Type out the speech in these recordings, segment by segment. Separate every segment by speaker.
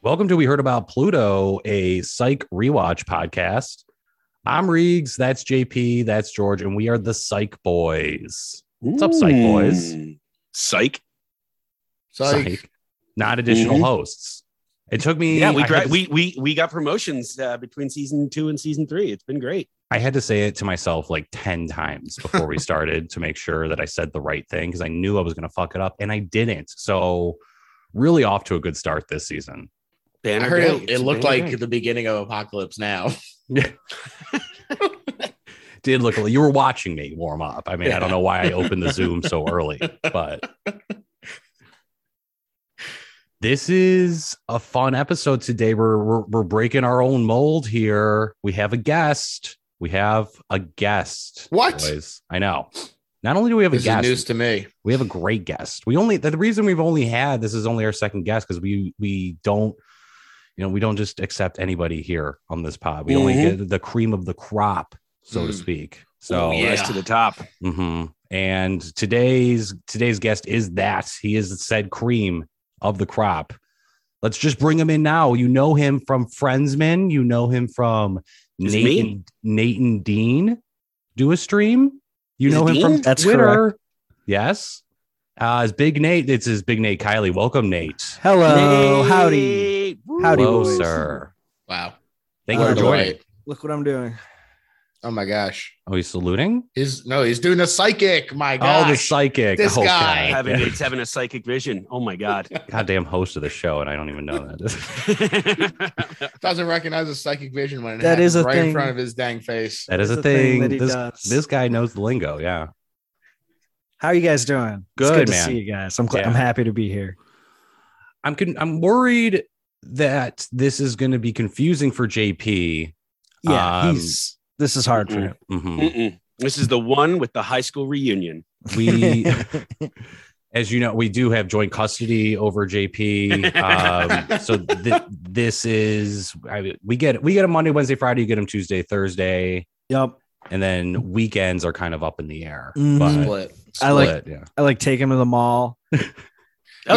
Speaker 1: Welcome to We Heard About Pluto, a psych rewatch podcast. I'm Reegs, that's JP, that's George, and we are the Psych Boys. What's up, Psych Boys?
Speaker 2: Mm. Psych.
Speaker 3: Psych.
Speaker 1: not additional
Speaker 2: Mhm.
Speaker 1: hosts. It took me.
Speaker 2: Yeah, we
Speaker 1: I had
Speaker 2: gra-
Speaker 1: to-
Speaker 2: we we we got promotions uh, between season two and season three. It's been great.
Speaker 1: I had to say it to myself like 10 times before we started to make sure that I said the right thing because I knew I was going to fuck it up and I didn't. So, really off to a good start this season.
Speaker 2: Banner
Speaker 3: I heard
Speaker 2: Day.
Speaker 3: it,
Speaker 2: It's
Speaker 3: it looked
Speaker 2: Banner
Speaker 3: like
Speaker 2: Day.
Speaker 3: the beginning of Apocalypse Now.
Speaker 1: Did look a little, you were watching me warm up. I mean, I don't
Speaker 3: Yeah.
Speaker 1: know why I opened the Zoom so early, but this is a fun episode today. We're, we're, we're breaking our own mold here. We have a guest. We have a guest.
Speaker 3: What?
Speaker 1: boys. I know. Not only do we have
Speaker 3: This
Speaker 1: a
Speaker 3: is
Speaker 1: guest,
Speaker 3: news to me.
Speaker 1: We have a great guest. We only the reason we've only had this is only our second guest because we we don't you know we don't just accept anybody here on this pod. We only
Speaker 2: Mhm.
Speaker 1: get the cream of the crop, so to
Speaker 3: Mm-hmm. Mm.
Speaker 1: speak.
Speaker 2: Oh,
Speaker 1: So
Speaker 3: yeah.
Speaker 2: rise to the top. Mm-hmm.
Speaker 1: mhm. and today's today's guest is that he is said cream of the crop. Let's just bring him in now. You know him from Friendsman. You know him from
Speaker 2: It's
Speaker 1: Nathan
Speaker 2: me.
Speaker 1: Nathan Dean. Do a stream. You
Speaker 2: Is
Speaker 1: know
Speaker 2: it
Speaker 1: him
Speaker 2: Dean?
Speaker 1: from
Speaker 4: That's
Speaker 1: Twitter.
Speaker 4: correct.
Speaker 1: Yes. Uh, it's Big Nate. It's his Big Nate Kylie. Welcome, Nate.
Speaker 4: Hello, howdy.
Speaker 2: Nate. Woo.
Speaker 4: Howdy,
Speaker 1: Hello,
Speaker 4: boys.
Speaker 1: sir.
Speaker 3: Wow.
Speaker 1: Thank
Speaker 4: What
Speaker 1: you
Speaker 4: a
Speaker 1: for joining.
Speaker 3: Delight.
Speaker 4: Look what I'm doing.
Speaker 3: Oh my gosh.
Speaker 1: Are you saluting?
Speaker 3: He's no, he's doing a psychic. My
Speaker 1: Oh, the
Speaker 3: gosh.
Speaker 1: psychic.
Speaker 3: This
Speaker 1: oh,
Speaker 3: guy.
Speaker 1: God.
Speaker 2: Having it's having a psychic vision. Oh my god.
Speaker 1: Goddamn host of the show, and I don't even know that.
Speaker 3: Doesn't recognize a psychic vision when it
Speaker 4: That is
Speaker 3: happens
Speaker 4: a
Speaker 3: right in
Speaker 4: thing.
Speaker 3: front of his dang face.
Speaker 1: That is
Speaker 4: It's
Speaker 1: a thing.
Speaker 4: that he
Speaker 1: this
Speaker 4: does.
Speaker 1: this guy knows the lingo. Yeah.
Speaker 4: How you guys doing?
Speaker 1: Good,
Speaker 4: it's good
Speaker 1: man.
Speaker 4: to see you guys. I'm gl-
Speaker 1: Yeah.
Speaker 4: I'm happy to be here.
Speaker 1: I'm con- I'm worried that this is going to be confusing for JP.
Speaker 4: Yeah,
Speaker 1: Um,
Speaker 4: he's this is hard for him.
Speaker 1: Mhm.
Speaker 2: Mm-mm. This is the one with the high school reunion.
Speaker 1: we as you know we do have joint custody over jp um, so th- this is I, we get we get him monday wednesday friday you get him tuesday thursday
Speaker 4: Yep.
Speaker 1: and then weekends are kind of up in the air
Speaker 4: Mhm.
Speaker 1: but
Speaker 3: Split.
Speaker 4: I like-
Speaker 1: split, yeah
Speaker 4: I like take him to the mall.
Speaker 2: Oh
Speaker 3: Yeah,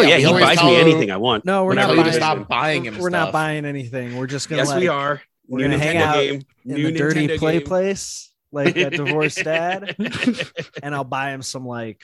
Speaker 2: yeah,
Speaker 3: we
Speaker 2: he
Speaker 3: always
Speaker 2: buys
Speaker 3: tell
Speaker 2: me
Speaker 3: him-
Speaker 2: anything I want.
Speaker 4: No, we're
Speaker 2: When I
Speaker 4: not
Speaker 3: Tell
Speaker 2: read
Speaker 3: you to
Speaker 2: it.
Speaker 4: buying,
Speaker 3: stop buying him.
Speaker 4: we're not
Speaker 3: stuff.
Speaker 4: buying anything. We're just gonna
Speaker 2: Yes,
Speaker 4: like,
Speaker 2: we are.
Speaker 4: we're
Speaker 2: New
Speaker 4: gonna hang
Speaker 2: Nintendo
Speaker 4: out
Speaker 2: game.
Speaker 4: in
Speaker 2: New
Speaker 4: the dirty
Speaker 2: Nintendo
Speaker 4: play
Speaker 2: game.
Speaker 4: place, like that divorced dad, and I'll buy him some like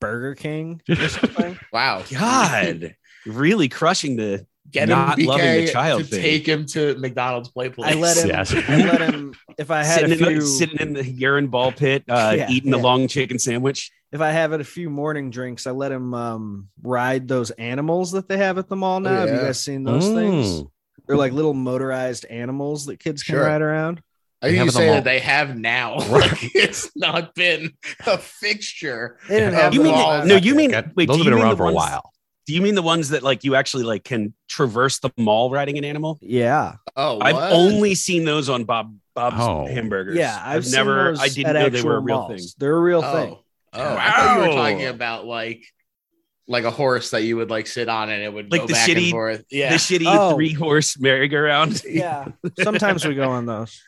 Speaker 4: Burger King or something.
Speaker 3: Wow.
Speaker 2: God, really crushing the.
Speaker 3: Get
Speaker 2: Not
Speaker 3: him BK
Speaker 2: loving the child
Speaker 3: to
Speaker 2: thing.
Speaker 3: take him to McDonald's play
Speaker 4: I
Speaker 3: place.
Speaker 4: let him.
Speaker 1: Yes.
Speaker 4: I let him. If I had
Speaker 2: Sitting,
Speaker 4: a few,
Speaker 2: in the, sitting in the urine ball pit, uh,
Speaker 4: Yeah,
Speaker 2: eating the
Speaker 4: yeah.
Speaker 2: long chicken sandwich.
Speaker 4: if I have it a few morning drinks, I let him um, ride those animals that they have at the mall now. Have you
Speaker 3: yeah.
Speaker 4: guys seen those things?
Speaker 1: Mm.
Speaker 4: They're like little motorized animals that kids
Speaker 3: Sure.
Speaker 4: can ride around.
Speaker 3: I
Speaker 1: They have
Speaker 3: think you
Speaker 1: it on
Speaker 3: say
Speaker 1: all-
Speaker 3: that they have now. Like, it's not been a fixture.
Speaker 4: They didn't
Speaker 3: Yeah,
Speaker 4: have
Speaker 2: You mean
Speaker 4: those
Speaker 3: Oh,
Speaker 4: last-
Speaker 2: no? You mean
Speaker 1: Got-
Speaker 2: wait?
Speaker 1: those
Speaker 2: do
Speaker 1: have
Speaker 2: you
Speaker 1: been
Speaker 2: mean
Speaker 1: around
Speaker 2: the
Speaker 1: for a
Speaker 2: ones-
Speaker 1: while
Speaker 2: Do you mean the ones that like you actually like can traverse the mall riding an animal?
Speaker 4: yeah,
Speaker 3: Oh, what?
Speaker 2: I've only seen those on Bob Bob's
Speaker 1: Oh.
Speaker 2: hamburgers.
Speaker 4: yeah. I've, seen
Speaker 2: never.
Speaker 4: those
Speaker 2: I didn't
Speaker 4: at
Speaker 2: know they were a
Speaker 4: actual
Speaker 2: real
Speaker 4: malls.
Speaker 2: thing.
Speaker 4: They're a real
Speaker 3: oh.
Speaker 4: thing.
Speaker 3: Oh, I thought you were
Speaker 2: Wow.
Speaker 3: talking about like like a horse that you would like sit on and it would
Speaker 2: Like
Speaker 3: go
Speaker 2: the
Speaker 3: back
Speaker 2: shitty-
Speaker 3: and forth. Yeah.
Speaker 2: The shitty
Speaker 4: Oh.
Speaker 2: three horse merry-go-round.
Speaker 4: Yeah. Sometimes we go on those.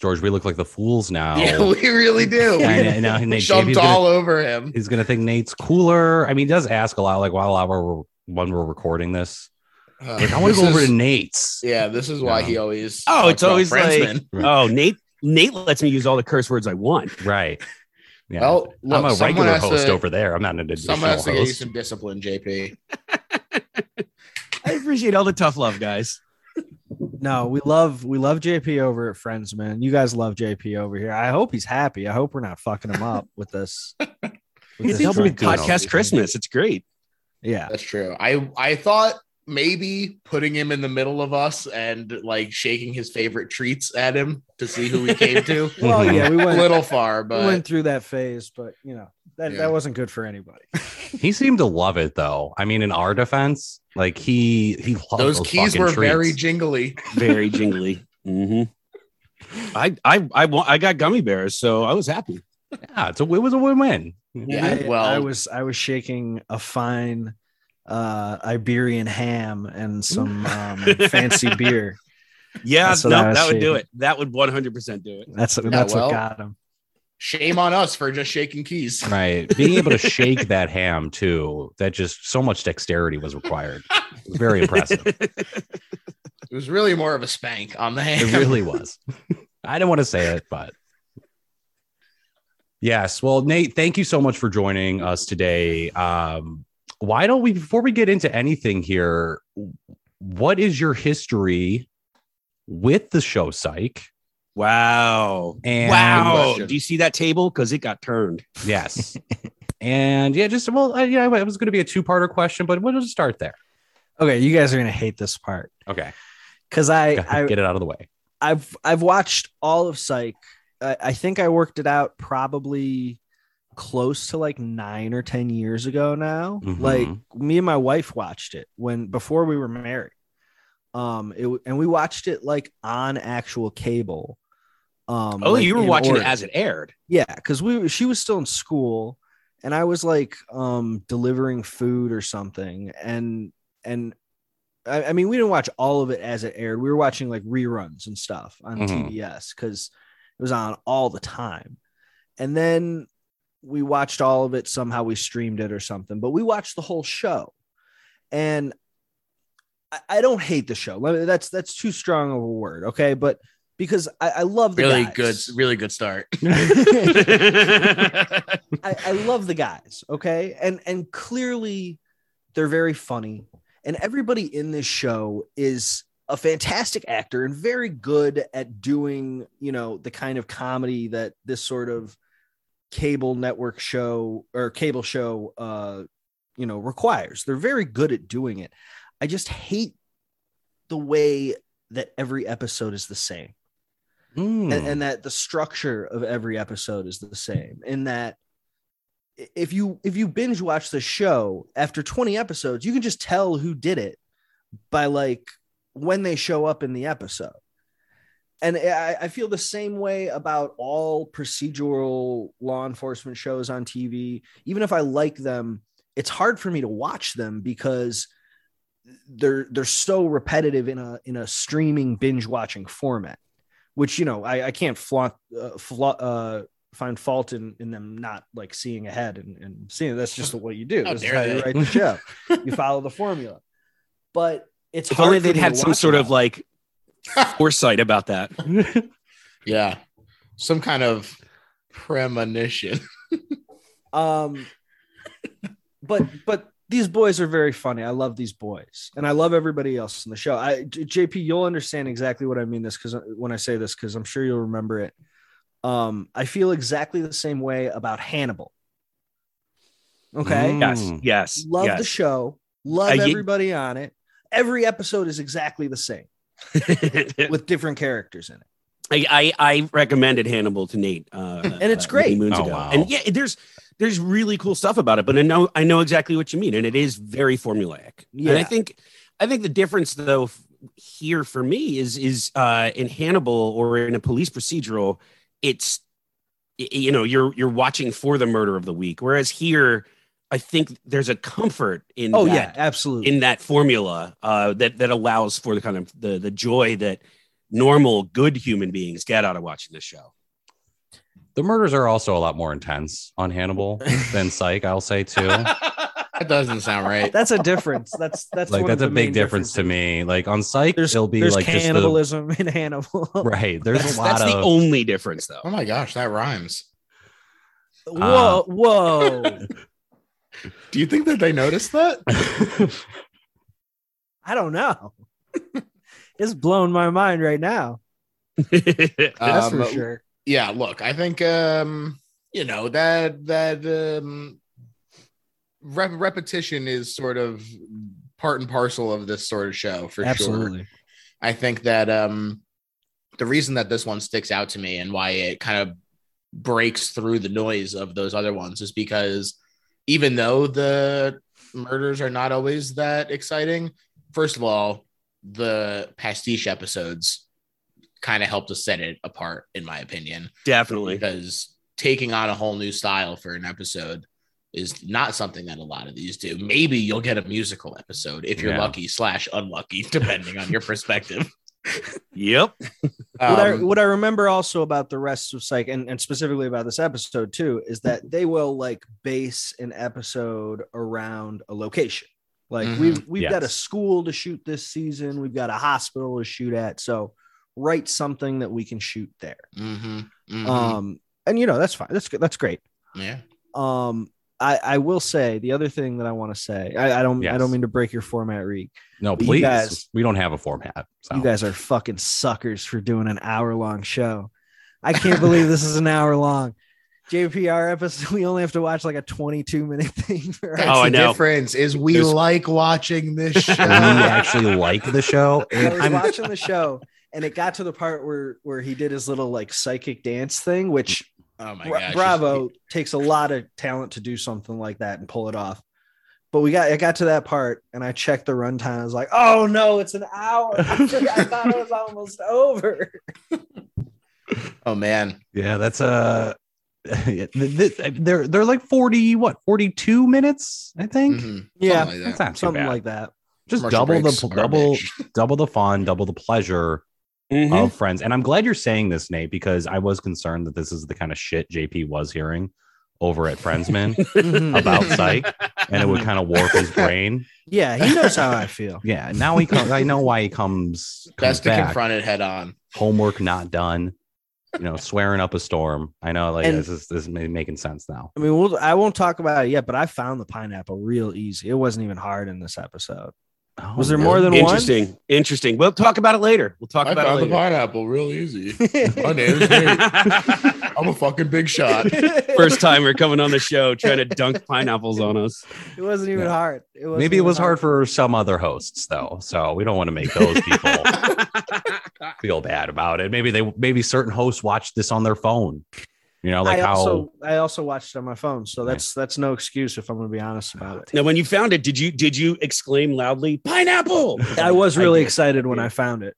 Speaker 1: george we look like the fools now
Speaker 3: yeah, we really do.
Speaker 1: I know- I know, and
Speaker 3: We
Speaker 1: Nate,
Speaker 3: jumped
Speaker 1: JP's gonna-
Speaker 3: all over him.
Speaker 1: he's gonna think nate's cooler i mean he does ask a lot like while we're when we're recording this
Speaker 3: Uh,
Speaker 1: like i want to
Speaker 3: this
Speaker 1: go over
Speaker 3: is-
Speaker 1: to nate's
Speaker 3: Yeah, this is why
Speaker 1: No.
Speaker 3: he always.
Speaker 2: Oh,
Speaker 3: talks
Speaker 2: it's
Speaker 3: about
Speaker 2: always like-
Speaker 3: Friendsman.
Speaker 2: Oh, Nate. Nate lets me use all the curse words I want.
Speaker 1: right yeah
Speaker 3: Well, look,
Speaker 1: I'm a
Speaker 3: someone
Speaker 1: regular
Speaker 3: has
Speaker 1: host
Speaker 3: to,
Speaker 1: over there. I'm not an additional
Speaker 3: Someone has
Speaker 1: host.
Speaker 3: to get you some discipline, JP.
Speaker 2: I appreciate all the tough love, guys.
Speaker 4: No, we love we love JP over at Friends, man. You guys love JP over here. I hope he's happy. I hope we're not fucking him up with this. with
Speaker 1: He's
Speaker 4: this
Speaker 1: helping me
Speaker 4: drunk
Speaker 1: doing all
Speaker 4: dial.
Speaker 1: these
Speaker 2: Podcast Christmas. It's great.
Speaker 4: Yeah.
Speaker 3: That's true. I I thought maybe putting him in the middle of us and like shaking his favorite treats at him to see who we came to.
Speaker 4: Well, yeah, we
Speaker 3: a
Speaker 4: went
Speaker 3: little far,
Speaker 4: we
Speaker 3: but
Speaker 4: went through that phase, but you know that,
Speaker 3: Yeah.
Speaker 4: that wasn't good for anybody.
Speaker 1: He seemed to love it though. I mean, in our defense, like he he loved those,
Speaker 3: those keys
Speaker 1: fucking
Speaker 3: were
Speaker 1: treats.
Speaker 3: very jingly.
Speaker 2: Very jingly. hmm I I I wa- I got gummy bears, so I was happy.
Speaker 1: yeah. So it was a win win.
Speaker 3: Yeah,
Speaker 4: I,
Speaker 3: well-
Speaker 4: I was I was shaking a fine uh Iberian ham and some um, fancy beer.
Speaker 2: Yeah,
Speaker 4: That's what I
Speaker 2: no,
Speaker 4: was
Speaker 2: that would do
Speaker 4: shaking.
Speaker 2: it. That would 100% do it.
Speaker 4: That's that's
Speaker 3: well,
Speaker 4: what got him.
Speaker 3: Shame on us for just shaking keys.
Speaker 1: Right, being able to shake that ham too—that just so much dexterity was required. It was very impressive.
Speaker 3: It was really more of a spank on the hand.
Speaker 1: It really was. I didn't want to say it, but yes. Well, Nate, thank you so much for joining us today. Um, why don't we, before we get into anything here, what is your history with the show Psych?
Speaker 2: wow.
Speaker 1: And
Speaker 2: Wow.
Speaker 3: Question.
Speaker 2: Do you see that table? Because it got turned.
Speaker 1: yes, and yeah, just well, uh, yeah, it was going to be a two-parter question, but we'll just start there.
Speaker 4: Okay, you guys are gonna hate this part
Speaker 1: Okay,
Speaker 4: because I,
Speaker 1: Gotta
Speaker 4: I
Speaker 1: get it out of the way.
Speaker 4: I've I've watched all of Psych. I, I think I worked it out probably close to like nine or ten years ago now.
Speaker 1: Mhm.
Speaker 4: Like me and my wife watched it when before we were married. Um, it w- and we watched it like on actual cable. Um,
Speaker 2: Oh,
Speaker 4: like,
Speaker 2: you were
Speaker 4: in
Speaker 2: watching
Speaker 4: order.
Speaker 2: it as it aired.
Speaker 4: Yeah, because we she was still in school, and I was like um delivering food or something, and and I, I mean we didn't watch all of it as it aired. We were watching like reruns and stuff on
Speaker 1: Mhm.
Speaker 4: TBS because it was on all the time, and then we watched all of it somehow we streamed it or something but we watched the whole show and i, I don't hate the show Let me- that's that's too strong of a word okay but because i, I love the
Speaker 3: Really
Speaker 4: guys.
Speaker 3: good, really good start.
Speaker 2: Hmm.
Speaker 4: I, I love the guys, okay? And and clearly they're very funny. And everybody in this show is a fantastic actor and very good at doing, you know, the kind of comedy that this sort of cable network show or cable show uh you know requires. They're very good at doing it. I just hate the way that every episode is the same
Speaker 1: Mm.
Speaker 2: Hmm.
Speaker 4: and, and that the structure of every episode is the same in that i- if you if you binge watch the show after 20 episodes you can just tell who did it by like when they show up in the episode and I, I feel the same way about all procedural law enforcement shows on tv even if i like them it's hard for me to watch them because they're they're so repetitive in a in a streaming binge watching format which you know I, I can't flaunt uh, fla- uh, find fault in in them not like seeing ahead and, and seeing that's just what you do.
Speaker 3: How
Speaker 4: This is
Speaker 3: dare
Speaker 4: how you
Speaker 3: they.
Speaker 4: write the show. you follow the formula, but it's
Speaker 2: If
Speaker 4: hard
Speaker 2: only
Speaker 4: for
Speaker 2: they'd
Speaker 4: me to
Speaker 2: had some
Speaker 4: watch
Speaker 2: sort
Speaker 4: it
Speaker 2: of
Speaker 4: all.
Speaker 2: like foresight about that.
Speaker 3: Yeah. Some kind of premonition.
Speaker 4: um but but these boys are very funny i love these boys and i love everybody else in the show i J- jp you'll understand exactly what i mean this because when i say this because i'm sure you'll remember it um i feel exactly the same way about hannibal okay
Speaker 1: Mm.
Speaker 2: Yes, yes,
Speaker 4: love the
Speaker 2: yes.
Speaker 4: show love
Speaker 2: I get-
Speaker 4: everybody on it every episode is exactly the same with different characters in it
Speaker 2: I, I I recommended Hannibal to Nate, uh,
Speaker 4: And it's
Speaker 2: uh,
Speaker 4: great.
Speaker 2: many moons
Speaker 1: Oh,
Speaker 2: ago.
Speaker 1: wow.
Speaker 2: And yeah, there's there's really cool stuff about it. But I know I know exactly what you mean, and it is very formulaic. And I
Speaker 4: Yeah.
Speaker 2: think I think the difference though f- here for me is is uh, in Hannibal or in a police procedural, it's y- you know you're you're watching for the murder of the week, whereas here I think there's a comfort in
Speaker 4: oh
Speaker 2: that
Speaker 4: yeah absolutely
Speaker 2: in that formula uh, that that allows for the kind of the the joy that normal good human beings get out of watching this show.
Speaker 1: the murders are also a lot more intense on Hannibal than Psych. I'll say too.
Speaker 3: That doesn't sound right.
Speaker 4: that's a difference that's that's
Speaker 1: like
Speaker 4: one
Speaker 1: that's
Speaker 4: of
Speaker 1: a
Speaker 4: the
Speaker 1: big
Speaker 4: main
Speaker 1: difference to
Speaker 4: differences.
Speaker 1: me. Like on Psych,
Speaker 4: there's,
Speaker 1: it'll be
Speaker 4: there's
Speaker 1: like just the
Speaker 4: cannibalism in Hannibal.
Speaker 1: right. There's
Speaker 2: That's,
Speaker 1: a lot
Speaker 2: that's the
Speaker 1: of
Speaker 2: only difference, though.
Speaker 3: Oh my gosh, that rhymes. Uh-huh.
Speaker 4: Whoa, whoa!
Speaker 3: Do you think that they noticed that?
Speaker 4: I don't know. It's blown my mind right now.
Speaker 2: Uh,
Speaker 4: That's
Speaker 3: Um,
Speaker 4: for sure.
Speaker 3: yeah look i think um you know that that um rep- repetition is sort of part and parcel of this sort of show for sure Um,
Speaker 4: Absolutely.
Speaker 3: i think that um the reason that this one sticks out to me and why it kind of breaks through the noise of those other ones is because even though the murders are not always that exciting first of all the pastiche episodes kind of helped us set it apart in my opinion
Speaker 2: Definitely.
Speaker 3: because taking on a whole new style for an episode is not something that a lot of these do. Maybe you'll get a musical episode if you're
Speaker 1: Yeah.
Speaker 3: lucky slash unlucky, depending on your perspective.
Speaker 2: Yep.
Speaker 3: Um,
Speaker 4: what, I, what I remember also about the rest of Psych, and, and specifically about this episode too, is that they will like base an episode around a location. Like
Speaker 3: Mhm.
Speaker 4: we've we've got a
Speaker 1: Yes.
Speaker 4: school to shoot this season, we've got a hospital to shoot at. So write something that we can shoot there.
Speaker 3: Mm-hmm.
Speaker 4: Um, and you know that's fine. That's good. That's great.
Speaker 3: yeah.
Speaker 4: Um, I I will say the other thing that I want to say. I, I don't I
Speaker 1: Yes.
Speaker 4: don't mean to break your format, Reek.
Speaker 1: No,
Speaker 4: But you
Speaker 1: please.
Speaker 4: guys-
Speaker 1: we don't have a format. So
Speaker 4: You guys are fucking suckers for doing an hour long show. I can't believe this is an hour long. JPR episode. We only have to watch like a twenty two minute thing. For
Speaker 3: That's
Speaker 4: our-
Speaker 2: Oh, I
Speaker 3: the
Speaker 2: know.
Speaker 3: difference is we
Speaker 2: There's-
Speaker 3: like watching this
Speaker 1: we
Speaker 3: show.
Speaker 1: actually like the show.
Speaker 4: I
Speaker 1: And
Speaker 4: was
Speaker 1: Oh, I'm,
Speaker 4: watching the show, and it got to the part where where he did his little like psychic dance thing, which
Speaker 3: oh my
Speaker 4: Bra-
Speaker 3: gosh.
Speaker 4: Bravo takes a lot of talent to do something like that and pull it off. But we got I got to that part and I checked the runtime. I was like, oh no, it's an hour. I thought it was almost over.
Speaker 3: Oh man.
Speaker 1: yeah, that's uh, yeah, th- th- they're they're like 40 what 42 minutes i think
Speaker 3: Mhm.
Speaker 4: Mm-hmm. Yeah,
Speaker 3: Something like
Speaker 1: that's
Speaker 3: that.
Speaker 1: not too
Speaker 4: something
Speaker 1: bad
Speaker 4: like that.
Speaker 1: just
Speaker 3: Commercial
Speaker 1: double
Speaker 3: breaks
Speaker 1: the
Speaker 3: are a
Speaker 1: double
Speaker 3: bitch.
Speaker 1: double the fun double the pleasure
Speaker 2: Mhm.
Speaker 4: Mm-hmm.
Speaker 1: of friends. And I'm glad you're saying this, Nate, because I was concerned that this is the kind of shit JP was hearing over at Friendsman about Psych, and it would kind of warp his brain.
Speaker 4: Yeah, he knows how I feel.
Speaker 1: Yeah, now he comes. I know why he comes. comes
Speaker 3: Best to
Speaker 1: back.
Speaker 3: confront it head on.
Speaker 1: Homework not done. You know, swearing up a storm. I know, like
Speaker 4: And-
Speaker 1: this is this is ma- making sense now.
Speaker 4: I mean, we'll, I won't talk about it yet, but I found the pineapple real easy. It wasn't even hard in this episode.
Speaker 1: Oh,
Speaker 4: Was there more than one?
Speaker 2: Interesting. Interesting. We'll talk about it later. We'll talk
Speaker 3: I
Speaker 2: about
Speaker 3: found
Speaker 2: it
Speaker 3: the
Speaker 2: later.
Speaker 3: pineapple real easy. My name's Nate. I'm a fucking big shot.
Speaker 2: First timer coming on the show trying to dunk pineapples on us.
Speaker 4: It wasn't even
Speaker 1: Yeah.
Speaker 4: hard. It wasn't
Speaker 1: Maybe it
Speaker 4: even
Speaker 1: was hard for some other hosts though, so we don't want to make those people feel bad about it. Maybe they maybe certain hosts watch this on their phone. You know, like
Speaker 4: I
Speaker 1: how
Speaker 4: also I also watched it on my phone, so that's that's no excuse if I'm going to be honest about it.
Speaker 2: Now, when you found it, did you did you exclaim loudly, "Pineapple"?
Speaker 4: I was
Speaker 2: I
Speaker 4: really
Speaker 2: did.
Speaker 4: excited when
Speaker 2: Yeah.
Speaker 4: I found it.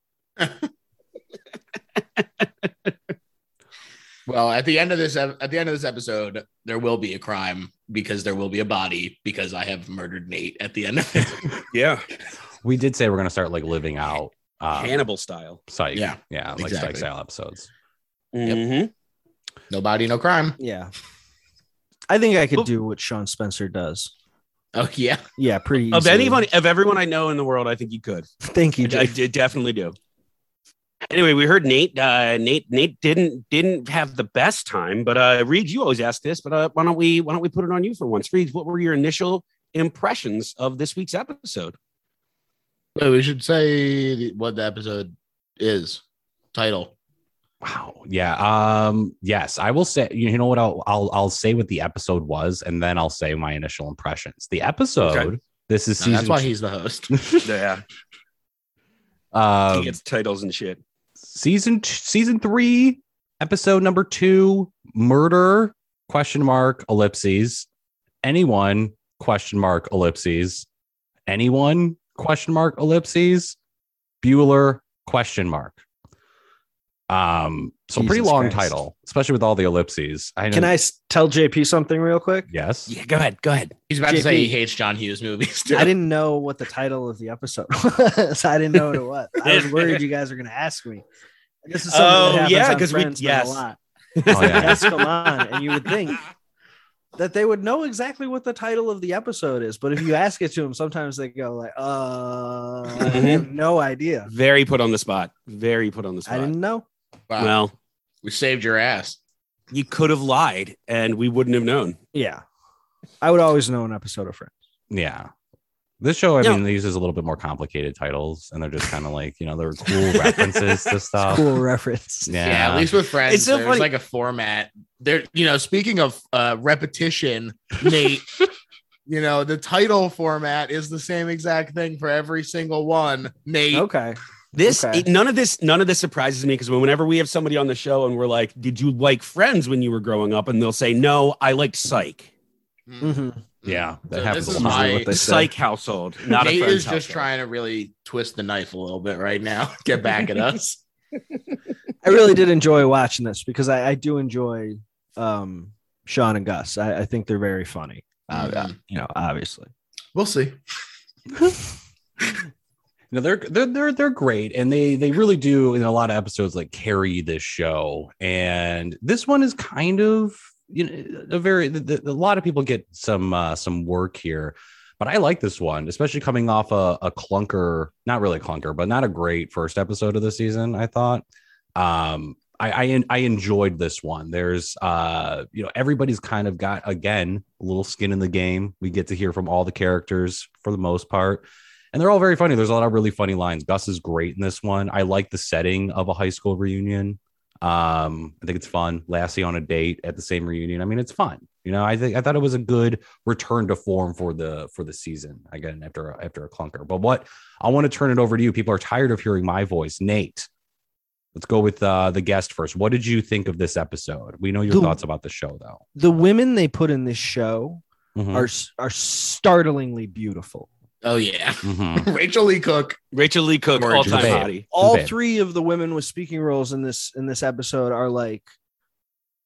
Speaker 3: Well, at the end of this ep- at the end of this episode, there will be a crime because there will be a body because I have murdered Nate at the end of it.
Speaker 2: Yeah,
Speaker 1: we did say we're gonna start like living out uh
Speaker 2: Hannibal style.
Speaker 1: psych
Speaker 3: Yeah,
Speaker 1: yeah like
Speaker 3: exactly.
Speaker 1: psych style episodes
Speaker 2: Mhm.
Speaker 3: no body, no crime.
Speaker 4: Yeah. I think I
Speaker 2: Well-
Speaker 4: could do what Sean Spencer does.
Speaker 3: Oh yeah.
Speaker 4: Yeah, pretty easily.
Speaker 2: Of anyone, of everyone I know in the world, I think you could.
Speaker 4: Thank you,
Speaker 2: I, I
Speaker 4: Jake.
Speaker 2: did definitely do. Anyway, we heard Nate. Uh, Nate. Nate didn't didn't have the best time, but uh, Reed, you always ask this, but uh, why don't we why don't we put it on you for once, Reed? What were your initial impressions of this week's episode?
Speaker 3: But we should say the- what the episode is. Title.
Speaker 1: wow yeah um yes i will say you know what I'll, I'll i'll say what the episode was and then i'll say my initial impressions the episode this is
Speaker 3: Now,
Speaker 1: season
Speaker 3: that's why he's the host.
Speaker 2: Yeah,
Speaker 1: um,
Speaker 2: he gets titles and shit.
Speaker 1: season t- season three episode number two murder question mark ellipses anyone question mark ellipses anyone question mark ellipses bueller question mark um so pretty
Speaker 4: Jesus
Speaker 1: long
Speaker 4: Christ.
Speaker 1: title especially with all the ellipses i know
Speaker 4: Can I s- tell JP something real quick?
Speaker 1: yes
Speaker 2: Yeah, go ahead, go ahead.
Speaker 3: He's about to say
Speaker 4: JP.
Speaker 3: he hates John Hughes movies.
Speaker 4: I didn't know what the title of the episode was. I didn't know what it was. I was worried you guys were going to ask me. This is something
Speaker 2: Oh,
Speaker 4: that happens
Speaker 2: yeah,
Speaker 4: on
Speaker 2: 'cause we-
Speaker 4: Friends by
Speaker 2: yes.
Speaker 4: a lot.
Speaker 1: Oh, yeah.
Speaker 4: Guests come on, and you would think that they would know exactly what the title of the episode is, but if you ask it to them, sometimes they go like, "Uh, I have no idea.
Speaker 2: Very put on the spot. Very put on the spot.
Speaker 4: I didn't know."
Speaker 3: Wow.
Speaker 2: Well,
Speaker 3: we saved your ass.
Speaker 2: you could have lied and we wouldn't have known.
Speaker 4: Yeah. I would always know an episode of Friends.
Speaker 1: yeah this show i
Speaker 2: Yeah.
Speaker 1: mean uses a little bit more complicated titles and they're just kind of like you know they're cool references to stuff
Speaker 4: Cool reference.
Speaker 1: yeah,
Speaker 3: Yeah. at least with friends,
Speaker 2: It's so
Speaker 3: there's
Speaker 2: funny.
Speaker 3: like a format. There, you know, speaking of uh, repetition, Nate, you know, the title format is the same exact thing for every single one. Nate,
Speaker 4: Okay.
Speaker 2: This
Speaker 4: Okay.
Speaker 2: it- none of this none of this surprises me because whenever we have somebody on the show and we're like, "Did you like Friends when you were growing up?" and they'll say, "No, I liked Psych."
Speaker 3: Mhm.
Speaker 4: hmm
Speaker 1: yeah
Speaker 3: So
Speaker 1: that happens
Speaker 3: this
Speaker 1: a
Speaker 3: is
Speaker 1: lot
Speaker 3: my-
Speaker 1: What they
Speaker 2: The
Speaker 1: say.
Speaker 2: Psych household, not a
Speaker 3: Nate
Speaker 2: Friends
Speaker 3: is just
Speaker 2: household.
Speaker 3: trying to really twist the knife a little bit right now. Get back at us.
Speaker 4: I really did enjoy watching this because I, I do enjoy um, Sean and Gus. I, I think they're very funny. Uh,
Speaker 3: Mhm.
Speaker 4: You know, obviously.
Speaker 3: We'll see.
Speaker 1: No, they're they're they're they're great, and they they really do in a lot of episodes like carry this show. And this one is kind of you know a very the, the, a lot of people get some uh, some work here, But I like this one, especially coming off a, a clunker, not really clunker, but not a great first episode of the season. I thought. Um, I I, en- I enjoyed this one. There's uh, you know, everybody's kind of got again a little skin in the game. We get to hear from all the characters for the most part. And they're all very funny. There's a lot of really funny lines. Gus is great in this one. I like the setting of a high school reunion. Um, I think it's fun. Lassie on a date at the same reunion. I mean, it's fun. You know, I think I thought it was a good return to form for the for the season again after after a clunker. But what I want to turn it over to you. People are tired of hearing my voice, Nate. Let's go with uh, the guest first. What did you think of this episode? We know your
Speaker 4: The-
Speaker 1: thoughts about the show, though.
Speaker 4: The women they put in this show
Speaker 1: Mhm.
Speaker 4: are s- are startlingly beautiful.
Speaker 3: Oh yeah,
Speaker 1: Mhm.
Speaker 3: Rachel Lee Cook.
Speaker 2: Rachel Lee Cook,
Speaker 3: Gorgeous.
Speaker 2: all time
Speaker 1: Babe.
Speaker 2: hottie.
Speaker 4: All
Speaker 1: bad.
Speaker 4: three of the women with speaking roles in this in this episode are like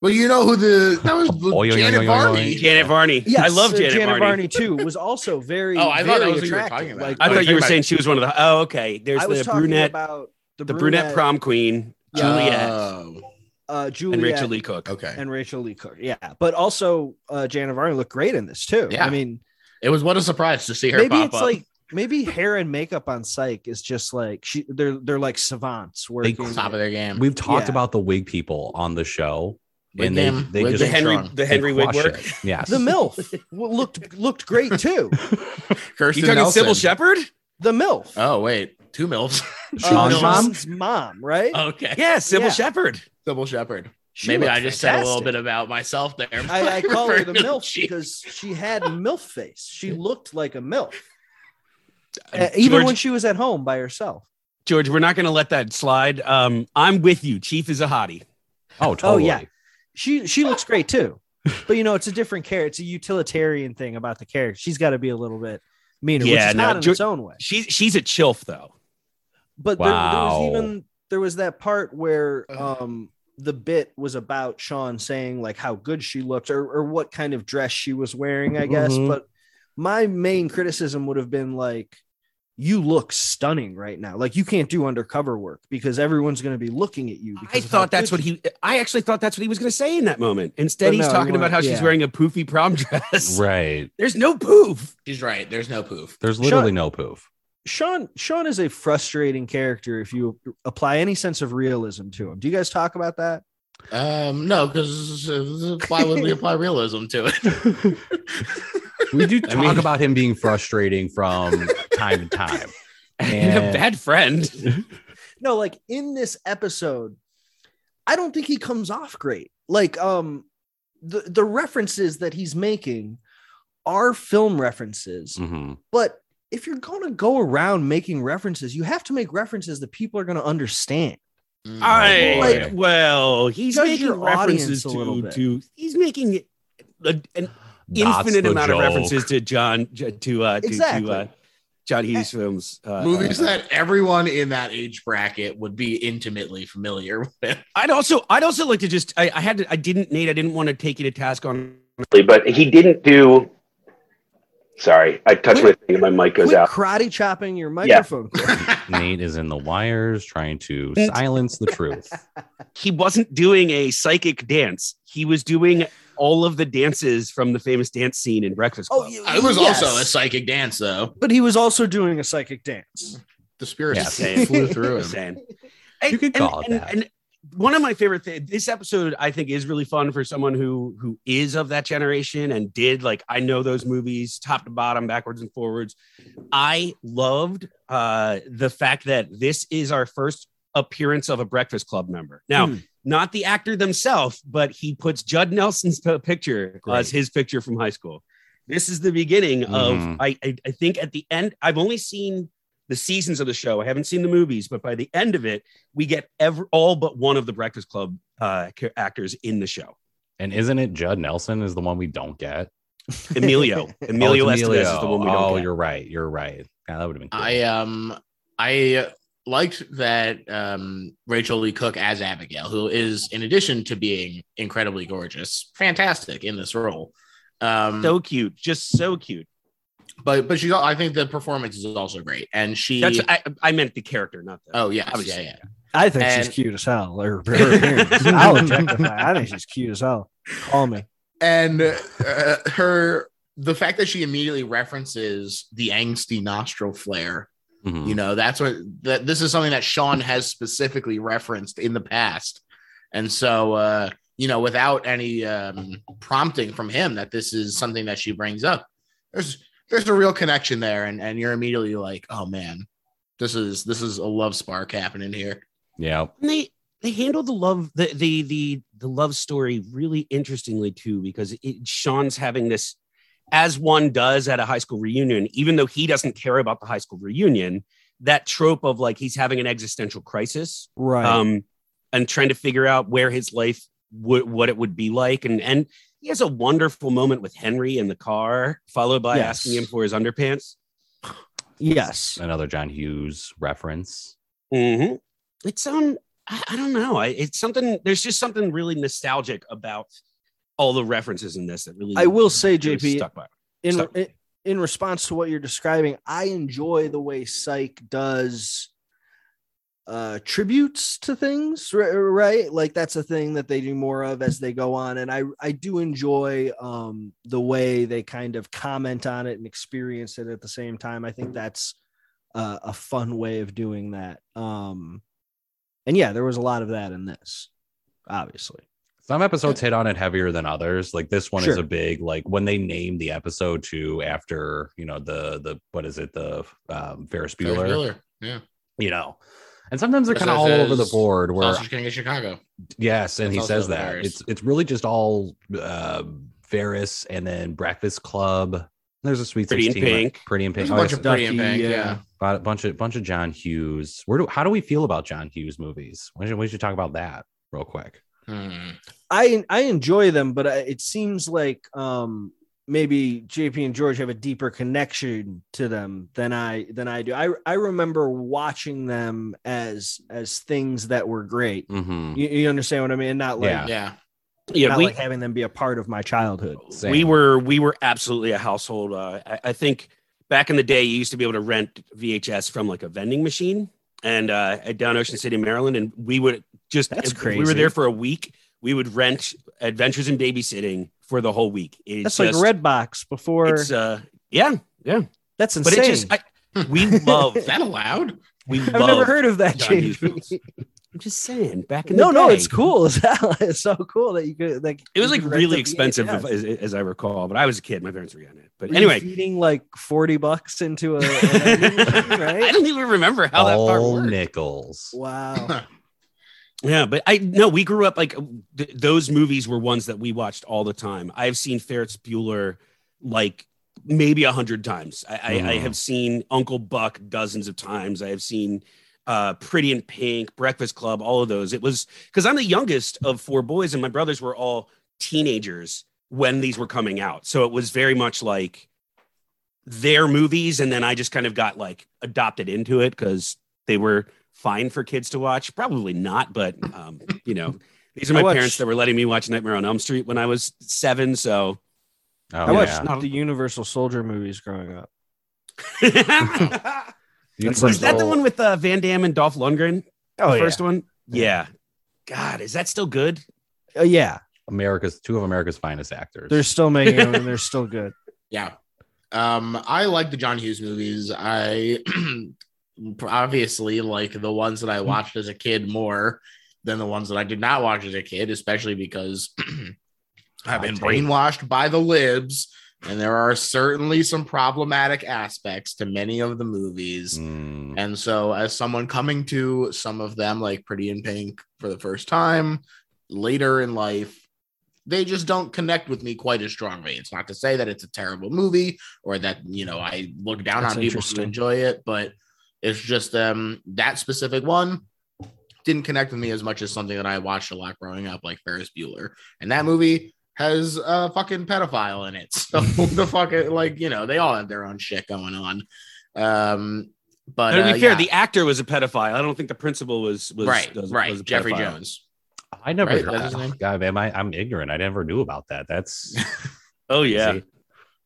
Speaker 3: Well, you know who the that was
Speaker 1: Oh, yo, yo,
Speaker 3: Janet
Speaker 1: yo, yo,
Speaker 3: Varney.
Speaker 1: yo.
Speaker 2: Janet Varney.
Speaker 4: Yes,
Speaker 2: I love
Speaker 4: uh,
Speaker 2: Janet, Varney.
Speaker 4: too. Was also very.
Speaker 3: Oh, I thought that
Speaker 4: very
Speaker 3: was who you were
Speaker 4: attractive.
Speaker 3: talking about.
Speaker 4: Like,
Speaker 2: I
Speaker 3: Oh,
Speaker 2: thought you were
Speaker 3: about-
Speaker 2: saying she was one of the. Oh, okay. There's
Speaker 4: I was
Speaker 2: the
Speaker 4: talking
Speaker 2: brunette,
Speaker 4: about the,
Speaker 2: the brunette prom queen, Juliet,
Speaker 3: Oh,
Speaker 4: uh,
Speaker 2: and
Speaker 4: Juliet,
Speaker 2: Rachel Lee Cook.
Speaker 3: okay.
Speaker 4: and Rachel Lee Cook. Yeah, but also uh, Janet Varney looked great in this too.
Speaker 3: Yeah.
Speaker 4: I mean,
Speaker 3: It was what a surprise to see her.
Speaker 4: maybe
Speaker 3: pop
Speaker 4: it's
Speaker 3: up.
Speaker 4: like maybe hair and makeup on Psych is just like she. They're they're like savants working.
Speaker 3: top of their game.
Speaker 1: We've talked
Speaker 4: Yeah.
Speaker 1: about the wig people on the show,
Speaker 3: Wig
Speaker 1: and they
Speaker 3: them.
Speaker 1: they
Speaker 3: Wig
Speaker 1: just
Speaker 2: The
Speaker 3: them.
Speaker 2: Henry,
Speaker 3: strong.
Speaker 2: the Henry
Speaker 1: they
Speaker 2: wig
Speaker 1: crush
Speaker 2: work.
Speaker 1: it. Yes,
Speaker 4: the MILF looked looked great too.
Speaker 3: Kirsten
Speaker 2: You talking
Speaker 3: Nelson.
Speaker 2: Sybil Shepherd?
Speaker 4: The MILF.
Speaker 3: Oh wait, two milfs.
Speaker 1: Sean's
Speaker 4: Uh,
Speaker 1: mom?
Speaker 4: Sean's mom, right?
Speaker 3: okay,
Speaker 2: Yeah, Sybil
Speaker 4: Yeah.
Speaker 2: Shepherd.
Speaker 3: Sybil Shepherd.
Speaker 4: She
Speaker 3: Oh, Maybe
Speaker 4: looked
Speaker 3: I just said a little
Speaker 4: fantastic.
Speaker 3: bit about myself there.
Speaker 4: I, I call her the
Speaker 3: Referring to
Speaker 4: MILF
Speaker 3: she-
Speaker 4: because she had MILF face. She looked like a MILF,
Speaker 2: Uh,
Speaker 4: uh, even
Speaker 2: George,
Speaker 4: when she was at home by herself.
Speaker 2: George, we're not going to let that slide. Um, I'm with you. Chief is a hottie.
Speaker 1: Oh, totally.
Speaker 4: yeah. She she looks great too, but you know it's a different character. It's a utilitarian thing about the character. She's got to be a little bit meaner,
Speaker 2: Yeah,
Speaker 4: which is
Speaker 2: no,
Speaker 4: not in
Speaker 2: Ju-
Speaker 4: its own way.
Speaker 2: She's she's a chilf though.
Speaker 4: But there, there
Speaker 1: Wow.
Speaker 4: was even there was that part where
Speaker 3: Ugh.
Speaker 4: um the bit was about Sean saying like how good she looked or or what kind of dress she was wearing, I guess.
Speaker 2: Mm-hmm.
Speaker 1: Mhm.
Speaker 4: But my main criticism would have been like you look stunning right now. Like you can't do undercover work because everyone's going to be looking at you.
Speaker 2: I
Speaker 4: because of how
Speaker 2: thought that's
Speaker 4: good
Speaker 2: what he. I actually thought that's what he was going to say in that moment. Instead,
Speaker 4: But
Speaker 2: he's
Speaker 4: no,
Speaker 2: talking
Speaker 4: you
Speaker 2: about how
Speaker 4: weren't-
Speaker 2: she's
Speaker 4: yeah.
Speaker 2: wearing a poofy prom dress.
Speaker 1: Right.
Speaker 2: There's no poof.
Speaker 3: She's right. There's no poof.
Speaker 1: There's literally
Speaker 4: Sean-
Speaker 1: no poof.
Speaker 4: Sean Sean is a frustrating character if you apply any sense of realism to him. Do you guys talk about that?
Speaker 3: Um, no, because why would we apply realism to it?
Speaker 1: We do
Speaker 2: I
Speaker 1: talk
Speaker 2: mean-
Speaker 1: about him being frustrating from time to time.
Speaker 2: And
Speaker 1: Yeah.
Speaker 2: a bad friend.
Speaker 4: No, like in this episode, I don't think he comes off great. Like um the the references that he's making are film references,
Speaker 1: Mhm.
Speaker 4: but if you're going to go around making references, you have to make references that people are going to understand.
Speaker 3: Mm.
Speaker 2: I
Speaker 1: boy.
Speaker 2: like, well, he's
Speaker 4: Oh, Judge your
Speaker 2: making references
Speaker 4: audience a little
Speaker 2: to,
Speaker 4: bit.
Speaker 2: to he's making a, an
Speaker 1: That's
Speaker 2: infinite
Speaker 1: the
Speaker 2: amount
Speaker 1: joke.
Speaker 2: of references to John J- to uh to,
Speaker 4: Exactly.
Speaker 2: to uh, John Hughes films uh,
Speaker 3: movies
Speaker 2: uh,
Speaker 3: that everyone in that age bracket would be intimately familiar with.
Speaker 2: I'd also I'd also like to just I, I had to, I didn't Nate I didn't want to take you to task on
Speaker 5: but he didn't do. Sorry, I touched my
Speaker 4: Quit-
Speaker 5: thing and my mic goes
Speaker 4: Quit
Speaker 5: out.
Speaker 4: karate chopping your microphone.
Speaker 1: Nate is in the wires trying to
Speaker 2: Mm.
Speaker 1: silence the truth.
Speaker 2: he wasn't doing a psychic dance he was doing all of the dances from the famous dance scene in Breakfast Club.
Speaker 4: Oh, you-
Speaker 3: It was
Speaker 4: yes.
Speaker 3: also a psychic dance, though.
Speaker 4: but he was also doing a psychic dance.
Speaker 3: The spirits
Speaker 1: Yes.
Speaker 3: flew through
Speaker 2: Just
Speaker 3: him.
Speaker 2: saying. And-
Speaker 1: You could
Speaker 2: and-
Speaker 1: call it
Speaker 2: and,
Speaker 1: that.
Speaker 2: And one of my favorite things, this episode I think is really fun for someone who who is of that generation and did like I know those movies top to bottom, backwards and forwards. I loved uh, the fact that this is our first appearance of a Breakfast Club member. Now,
Speaker 4: Hmm.
Speaker 2: not the actor themselves, but he puts Judd Nelson's p- picture
Speaker 1: Great.
Speaker 2: as his picture from high school. This is the beginning
Speaker 1: Mhm.
Speaker 2: of I, I I think at the end I've only seen the seasons of the show. I haven't seen the movies, but by the end of it, we get ever all but one of the Breakfast Club uh, ca- actors in the show.
Speaker 1: And isn't it Judd Nelson is the one we don't get?
Speaker 2: Emilio, Emilio,
Speaker 1: oh, it's
Speaker 2: Estevez is the one we don't
Speaker 1: oh
Speaker 2: get.
Speaker 1: you're right. You're right. Yeah, that would have been cool.
Speaker 3: I um I liked that um Rachel Lee Cook as Abigail, who is in addition to being incredibly gorgeous, fantastic in this role. Um,
Speaker 2: So cute, just so cute.
Speaker 3: but but she's al- I think the performance is also great, and she.
Speaker 2: That's I, I meant the character, not the.
Speaker 3: oh yes, yeah,
Speaker 2: obviously,
Speaker 3: yeah.
Speaker 4: I think
Speaker 3: And-
Speaker 4: she's cute as hell. Her, her appearance. I'll objectify. I think she's cute as hell. Call me.
Speaker 3: and uh, her the fact that she immediately references the angsty nostril flare,
Speaker 1: Mhm.
Speaker 3: you know, that's what that this is something that Sean has specifically referenced in the past. And so uh, you know, without any um prompting from him that this is something that she brings up, there's there's a real connection there, and, and you're immediately like, oh man, this is this is a love spark happening here.
Speaker 1: Yeah.
Speaker 2: And they they handle the love the the the the love story really interestingly too because it, Sean's having this as one does at a high school reunion even though he doesn't care about the high school reunion that trope of like he's having an existential crisis
Speaker 4: Right.
Speaker 2: um and trying to figure out where his life would what it would be like and and he has a wonderful moment with Henry in the car followed by
Speaker 4: Yes.
Speaker 2: asking him for his underpants
Speaker 4: yes.
Speaker 1: Another John Hughes reference.
Speaker 2: hmm It's um, I, I don't know. I, it's something. There's just something really nostalgic about all the references in this that really.
Speaker 4: I will say,
Speaker 2: really
Speaker 4: JP,
Speaker 2: stuck by.
Speaker 4: in,
Speaker 2: Sorry.
Speaker 4: in in response to what you're describing, I enjoy the way Psych does uh tributes to things ri- right like that's a thing that they do more of as they go on and i i do enjoy um the way they kind of comment on it and experience it at the same time i think that's uh, a fun way of doing that um and yeah there was a lot of that in this obviously
Speaker 1: Some episodes hit on it heavier than others. Like this one is
Speaker 4: Sure.
Speaker 1: a big like when they name the episode to after you know the the what is it the um, Ferris Bueller,
Speaker 3: Bueller. Yeah.
Speaker 1: you know, and sometimes they're
Speaker 3: Yes,
Speaker 1: kind of
Speaker 3: it
Speaker 1: all over the
Speaker 3: is.
Speaker 1: board. Where
Speaker 3: Sausage King of Chicago.
Speaker 1: yes, and
Speaker 3: It's
Speaker 1: he
Speaker 3: also
Speaker 1: says that
Speaker 3: Ferris.
Speaker 1: it's it's really just all uh, Ferris and then Breakfast Club. There's a sweet
Speaker 2: Pretty in
Speaker 1: 16, right?
Speaker 2: Pink.
Speaker 1: Pretty in pink.
Speaker 3: There's a
Speaker 1: Oh,
Speaker 3: bunch
Speaker 1: yes,
Speaker 3: of pretty
Speaker 4: Ducky,
Speaker 3: in Pink, yeah.
Speaker 4: yeah.
Speaker 1: bu- bunch of bunch of John Hughes. Where do how do we feel about John Hughes movies? We should, we should talk about that real quick.
Speaker 3: Hmm.
Speaker 4: I I enjoy them, but I, it seems like um maybe JP and George have a deeper connection to them than I than I do. I I remember watching them as as things that were great.
Speaker 1: Mm-hmm.
Speaker 4: You, you understand what I mean? Not like
Speaker 1: Yeah.
Speaker 3: Yeah.
Speaker 2: Yeah,
Speaker 4: not
Speaker 2: we
Speaker 4: like having them be a part of my childhood.
Speaker 1: Same.
Speaker 2: we were we were absolutely a household. Uh, I, I think back in the day, you used to be able to rent VHS from like a vending machine and uh, at down Ocean City, Maryland, and we would just
Speaker 4: That's
Speaker 2: if We were
Speaker 4: crazy.
Speaker 2: there for a week. We would rent Adventures in Babysitting for the whole week. It's
Speaker 4: That's
Speaker 2: just,
Speaker 4: like Redbox before.
Speaker 2: It's uh, yeah,
Speaker 4: That's
Speaker 2: but
Speaker 4: insane.
Speaker 2: it just I, we love
Speaker 3: Is that allowed?
Speaker 2: we
Speaker 4: I've
Speaker 2: love
Speaker 4: never heard of that,
Speaker 2: John Hughes films.
Speaker 4: JP.
Speaker 2: I'm just saying, back in
Speaker 4: No,
Speaker 2: the
Speaker 4: no,
Speaker 2: day,
Speaker 4: it's cool. It's so cool that you could like.
Speaker 2: It was
Speaker 4: you
Speaker 2: like
Speaker 4: could rent
Speaker 2: really
Speaker 4: a
Speaker 2: expensive, if-
Speaker 4: VHS.
Speaker 2: as, as I recall. But I was a kid; my parents were getting it. But
Speaker 4: Were you
Speaker 2: anyway,
Speaker 4: feeding like forty bucks into
Speaker 2: I
Speaker 4: a right?
Speaker 2: don't even remember how that part
Speaker 1: all
Speaker 2: worked.
Speaker 1: nickels.
Speaker 4: Wow.
Speaker 2: Yeah, but I no, we grew up like th- those movies were ones that we watched all the time. I've seen Ferris Bueller like maybe a hundred times. I, I, I
Speaker 1: Mhm.
Speaker 2: have seen Uncle Buck dozens of times. I have seen uh, Pretty in Pink, Breakfast Club, all of those. It was because I'm the youngest of four boys, and my brothers were all teenagers when these were coming out. So it was very much like their movies, and then I just kind of got like adopted into it because they were fine for kids to watch. Probably not, but um, you know, these are
Speaker 4: I
Speaker 2: my
Speaker 4: watched-
Speaker 2: parents that were letting me watch Nightmare on Elm Street when I was seven. So
Speaker 1: Oh,
Speaker 4: I watched
Speaker 1: yeah.
Speaker 4: the Universal Soldier movies growing up.
Speaker 2: is that the one with uh, Van Damme and Dolph Lundgren?
Speaker 4: Oh,
Speaker 2: the first one. Yeah. God, is that still good?
Speaker 4: yeah. Uh, yeah.
Speaker 1: America's two of America's finest actors.
Speaker 4: They're still making them and they're still good.
Speaker 3: Yeah. Um, I like the John Hughes movies. I obviously like the ones that I watched as a kid more than the ones that I did not watch as a kid, especially because I've been
Speaker 1: take.
Speaker 3: brainwashed by the libs, and there are certainly some problematic aspects to many of the movies.
Speaker 1: Mm,
Speaker 3: And so, as someone coming to some of them, like Pretty in Pink, for the first time later in life, they just don't connect with me quite as strongly. It's not to say that it's a terrible movie or that you know I look down
Speaker 4: That's
Speaker 3: on people who
Speaker 4: interesting.
Speaker 3: enjoy it, but it's just um that specific one didn't connect with me as much as something that I watched a lot growing up, like Ferris Bueller, and that movie has a fucking pedophile in it. So the fucking like you know they all have their own shit going on. Um, but
Speaker 2: to
Speaker 3: uh,
Speaker 2: be fair,
Speaker 3: yeah.
Speaker 2: the actor was a pedophile. I don't think the principal was was
Speaker 3: right,
Speaker 2: was-
Speaker 3: right,
Speaker 2: was a
Speaker 3: Jeffrey
Speaker 2: pedophile.
Speaker 3: Jones.
Speaker 1: I never.
Speaker 3: Right,
Speaker 1: heard
Speaker 3: that's his
Speaker 1: that.
Speaker 3: name.
Speaker 1: God, am I? I'm ignorant. I never knew about that. That's
Speaker 2: Oh yeah,
Speaker 1: crazy.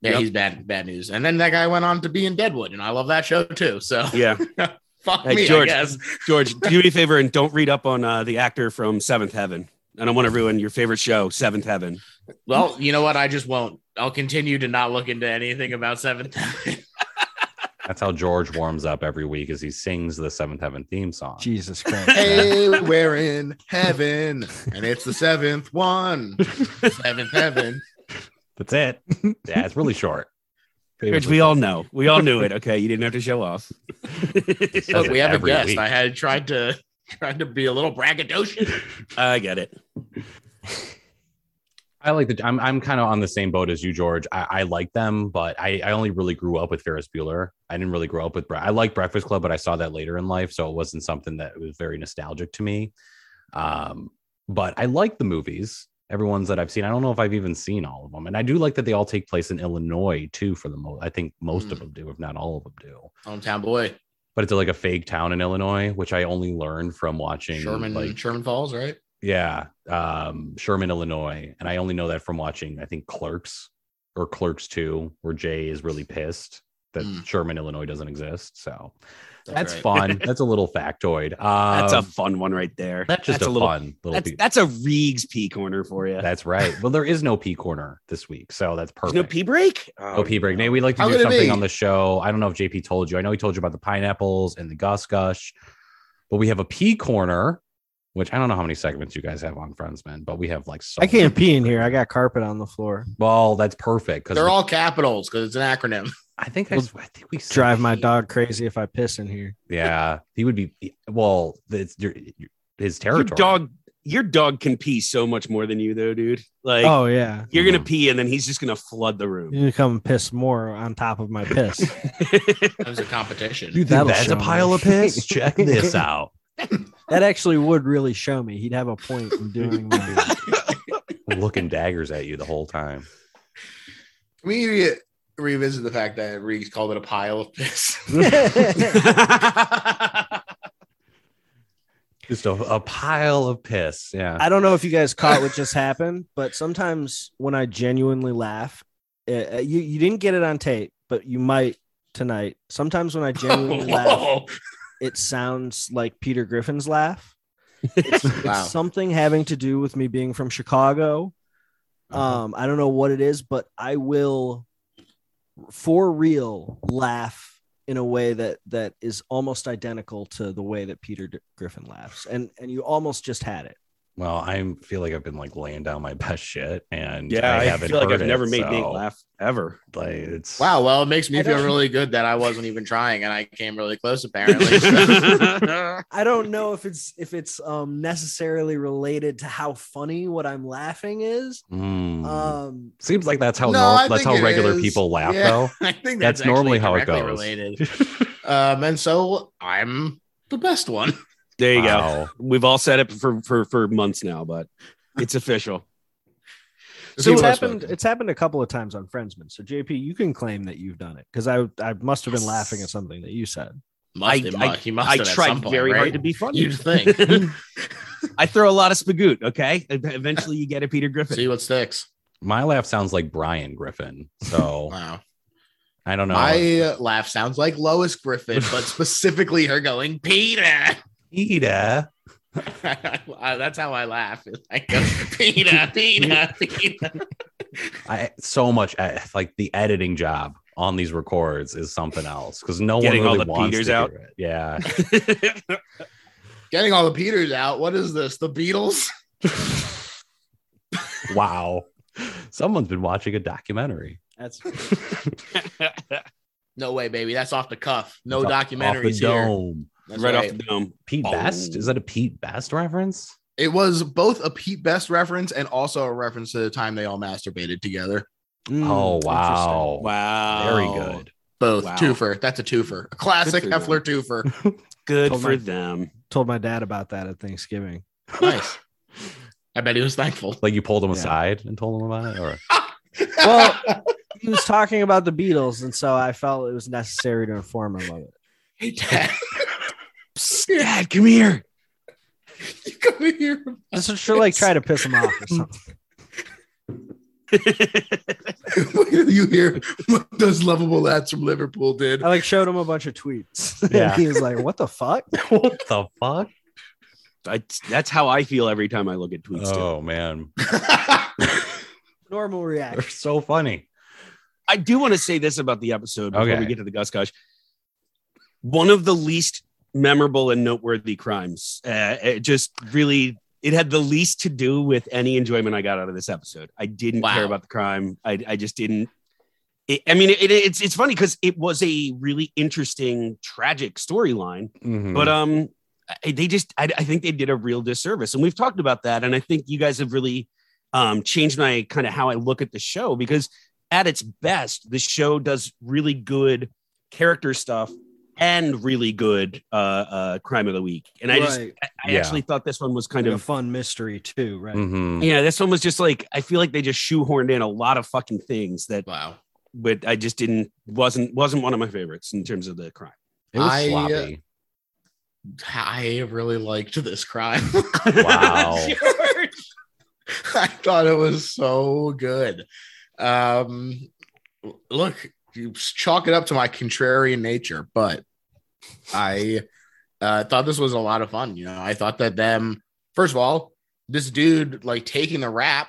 Speaker 3: Yeah,
Speaker 2: Yep.
Speaker 3: he's bad, bad news. And then that guy went on to be in Deadwood, and I love that show too. So
Speaker 2: yeah.
Speaker 3: fuck
Speaker 2: Hey,
Speaker 3: me,
Speaker 2: George.
Speaker 3: I guess.
Speaker 2: George, do me a favor and don't read up on uh, the actor from Seventh Heaven. I don't want to ruin your favorite show, Seventh Heaven.
Speaker 3: Well, you know what? I just won't. I'll continue to not look into anything about Seventh Heaven.
Speaker 1: That's how George warms up every week as he sings the Seventh Heaven theme song.
Speaker 4: Jesus Christ.
Speaker 3: hey, we're in heaven, and it's the seventh one. seventh heaven.
Speaker 1: That's it. Yeah, it's really short.
Speaker 2: Which we all know. We all knew it. Okay. You didn't have to show off.
Speaker 3: Look, we have a
Speaker 1: Every
Speaker 3: guest.
Speaker 1: week.
Speaker 3: I had tried to tried to be a little braggadocious.
Speaker 2: I get it.
Speaker 1: I like the. I'm I'm kind of on the same boat as you, George. I, I like them, but I, I only really grew up with Ferris Bueller. I didn't really grow up with. Bre- I like Breakfast Club, but I saw that later in life, so it wasn't something that was very nostalgic to me. Um, but I like the movies. Everyone's that I've seen. I don't know if I've even seen all of them, and I do like that they all take place in Illinois too. For the most, I think most of
Speaker 3: Mm.
Speaker 1: them do, if not all of them do.
Speaker 3: Hometown boy,
Speaker 1: But it's like a fake town in Illinois, which I only learned from watching
Speaker 3: Sherman
Speaker 1: like
Speaker 3: Sherman Falls, right?
Speaker 1: yeah um sherman illinois and i only know that from watching i think clerks or clerks 2 where jay is really pissed that
Speaker 3: Mm.
Speaker 1: sherman illinois doesn't exist so that's
Speaker 3: That's right.
Speaker 1: fun that's a little factoid um,
Speaker 2: That's a fun one right there.
Speaker 1: that's just
Speaker 2: that's
Speaker 1: a,
Speaker 2: little.
Speaker 1: fun little
Speaker 2: That's,
Speaker 1: pe-
Speaker 2: that's a Reegs P corner for you.
Speaker 1: that's right well there is no p corner this week so that's
Speaker 2: There's
Speaker 1: perfect
Speaker 2: no P break. Oh,
Speaker 1: No pee break. Maybe we like to
Speaker 3: How
Speaker 1: do
Speaker 3: could it
Speaker 1: something
Speaker 3: be?
Speaker 1: on the show. I don't know if JP told you. I know he told you about the pineapples and the Gus Gush, but we have a pea corner, which I don't know how many segments you guys have on Friends, man, but we have like so
Speaker 4: I can't
Speaker 1: many.
Speaker 4: pee in here. I got carpet on the floor.
Speaker 1: Well, that's perfect because
Speaker 3: They're all capitals because it's an acronym.
Speaker 1: I think I,
Speaker 4: We'll
Speaker 1: s- I think we said
Speaker 4: Drive my
Speaker 1: pea.
Speaker 4: dog crazy if I piss in here.
Speaker 1: Yeah, he would be. Well, it's your, your- his
Speaker 2: Your
Speaker 1: territory.
Speaker 2: dog, your dog can pee so much more than you, though, dude. Like,
Speaker 4: oh yeah.
Speaker 2: you're going to pee and then he's just going to flood the room.
Speaker 1: Mm,
Speaker 4: You come and piss more on top of my piss.
Speaker 3: It was a competition.
Speaker 1: You think
Speaker 4: That'll
Speaker 1: that's
Speaker 4: show
Speaker 1: a pile
Speaker 4: me.
Speaker 1: of piss? Check this out.
Speaker 4: that actually would really show me. He'd have a point in doing that.
Speaker 1: Looking daggers at you the whole time.
Speaker 3: Can we re- revisit the fact that Reeves called it a pile of piss?
Speaker 1: Just a, a pile of piss. Yeah.
Speaker 4: I don't know if you guys caught what just happened, but sometimes when I genuinely laugh, uh, you you didn't get it on tape, but you might tonight. Sometimes when I genuinely laugh,
Speaker 3: Whoa.
Speaker 4: it sounds like Peter Griffin's laugh. It's,
Speaker 3: Wow.
Speaker 4: it's something having to do with me being from Chicago.
Speaker 3: Uh-huh.
Speaker 4: Um, I don't know what it is, but I will, for real, laugh in a way that that is almost identical to the way that Peter D- Griffin laughs, and and you almost just had it.
Speaker 1: Well, I feel like I've been like laying down my best shit, and
Speaker 2: yeah,
Speaker 1: I
Speaker 2: I,
Speaker 1: haven't
Speaker 2: feel like
Speaker 1: heard
Speaker 2: I've
Speaker 1: it,
Speaker 2: never made Nate
Speaker 1: so,
Speaker 2: laugh ever.
Speaker 1: Like it's
Speaker 3: Wow. Well, it makes me
Speaker 4: I
Speaker 3: feel
Speaker 4: don't-
Speaker 3: really good that I wasn't even trying and I came really close, apparently.
Speaker 4: I don't know if it's if it's um, necessarily related to how funny what I'm laughing is.
Speaker 1: Mm.
Speaker 4: Um,
Speaker 1: Seems like that's how
Speaker 3: Uh, No,
Speaker 1: nor-
Speaker 3: I
Speaker 1: that's
Speaker 3: think
Speaker 1: how
Speaker 3: it
Speaker 1: regular
Speaker 3: is.
Speaker 1: people laugh,
Speaker 3: Yeah.
Speaker 1: though.
Speaker 3: I think
Speaker 1: That's
Speaker 3: actually
Speaker 1: normally how it
Speaker 3: directly
Speaker 1: goes.
Speaker 3: Related. Um, and so I'm the best one.
Speaker 2: There you go.
Speaker 1: Wow.
Speaker 2: We've all said it for, for, for months now, but it's official.
Speaker 4: so it's
Speaker 3: People are
Speaker 4: happened.
Speaker 3: spoken.
Speaker 4: It's happened a couple of times on Friendsman. So JP, you can claim that you've done it because I I must have been laughing at something that you said.
Speaker 3: Must,
Speaker 2: I-
Speaker 3: it mu-
Speaker 2: I-
Speaker 3: he must
Speaker 2: I
Speaker 3: have at some
Speaker 2: tried
Speaker 3: point,
Speaker 2: very
Speaker 3: right?
Speaker 2: hard to be funny.
Speaker 3: You'd think.
Speaker 2: I throw a lot of spagoot. Okay, eventually you get a Peter Griffin.
Speaker 3: See what sticks.
Speaker 1: My laugh sounds like Brian Griffin, so
Speaker 3: Wow.
Speaker 1: I don't know.
Speaker 3: My laugh sounds like Lois Griffin, but specifically her going, Peter.
Speaker 1: Ida.
Speaker 3: Uh, That's how I laugh. I go, Peter, Peter, Peter.
Speaker 1: I so much I, like the editing job on these records is something else because no
Speaker 2: Getting
Speaker 1: one
Speaker 2: all
Speaker 1: really
Speaker 2: the
Speaker 1: wants
Speaker 2: Peters
Speaker 1: to
Speaker 2: out.
Speaker 1: hear it. Yeah,
Speaker 3: Getting all the Peters out. What is this? The Beatles?
Speaker 1: wow. Someone's been watching a documentary.
Speaker 4: That's
Speaker 3: No way, baby. That's off the cuff. No
Speaker 1: It's off- off the
Speaker 3: documentaries here.
Speaker 1: dome.
Speaker 3: That's
Speaker 2: right off
Speaker 3: right.
Speaker 2: the dome.
Speaker 1: Pete
Speaker 2: Oh.
Speaker 1: Best is that a Pete Best reference?
Speaker 3: it was both a Pete Best reference and also a reference to the time they all masturbated together.
Speaker 1: oh wow,
Speaker 2: Hmm, Mm. Wow,
Speaker 1: very good.
Speaker 3: Both
Speaker 2: Wow.
Speaker 3: twofer. That's a twofer. A classic
Speaker 2: Good for
Speaker 3: Heffler twofer.
Speaker 2: Good
Speaker 4: Told
Speaker 2: for
Speaker 4: my-
Speaker 2: them.
Speaker 4: Told my dad about that at Thanksgiving.
Speaker 3: nice. I bet he was thankful.
Speaker 1: Like you pulled him
Speaker 4: Yeah.
Speaker 1: aside and told him about it, or
Speaker 4: Well, he was talking about the Beatles, and so I felt it was necessary to inform him of it.
Speaker 3: hey, Dad,
Speaker 2: Psst, Dad, come here.
Speaker 3: you come in here.
Speaker 4: This is sure like try to piss him off or something.
Speaker 3: Wait till you hear what those lovable lads from Liverpool did.
Speaker 4: I like showed him a bunch of tweets.
Speaker 1: Yeah.
Speaker 4: he was like, "What the fuck?"
Speaker 1: what the fuck?
Speaker 2: I, that's how I feel every time I look at tweets. too.
Speaker 1: Oh man,
Speaker 4: Normal
Speaker 1: they're
Speaker 4: reaction.
Speaker 1: so funny.
Speaker 2: I do want to say this about the episode before
Speaker 1: Okay.
Speaker 2: we get to the Gus Gush. One of the least memorable and noteworthy crimes. Uh, it just really, it had the least to do with any enjoyment I got out of this episode. I didn't
Speaker 3: Wow.
Speaker 2: care about the crime. I, I just didn't. It, I mean, it, it's it's funny because it was a really interesting, tragic storyline,
Speaker 1: Mhm.
Speaker 2: but um I- they just I, I think they did a real disservice and we've talked about that and i think you guys have really um changed my kind of how i look at the show because at its best the show does really good character stuff and really good uh uh crime of the week and i just
Speaker 4: Right.
Speaker 2: i, I
Speaker 1: Yeah.
Speaker 2: actually thought this one was kind
Speaker 4: Like a
Speaker 2: of
Speaker 4: fun mystery too, right?
Speaker 1: Mhm.
Speaker 2: yeah this one was just like i feel like they just shoehorned in a lot of fucking things that
Speaker 3: wow.
Speaker 2: but i just didn't wasn't wasn't one of my favorites in terms of the crime
Speaker 1: it was
Speaker 3: I, uh,
Speaker 1: sloppy.
Speaker 3: I really liked this crime.
Speaker 1: Wow.
Speaker 3: George. I thought it was so good. Um, look, you chalk it up to my contrarian nature, but I uh, thought this was a lot of fun. You know, I thought that them first of all, this dude like taking the rap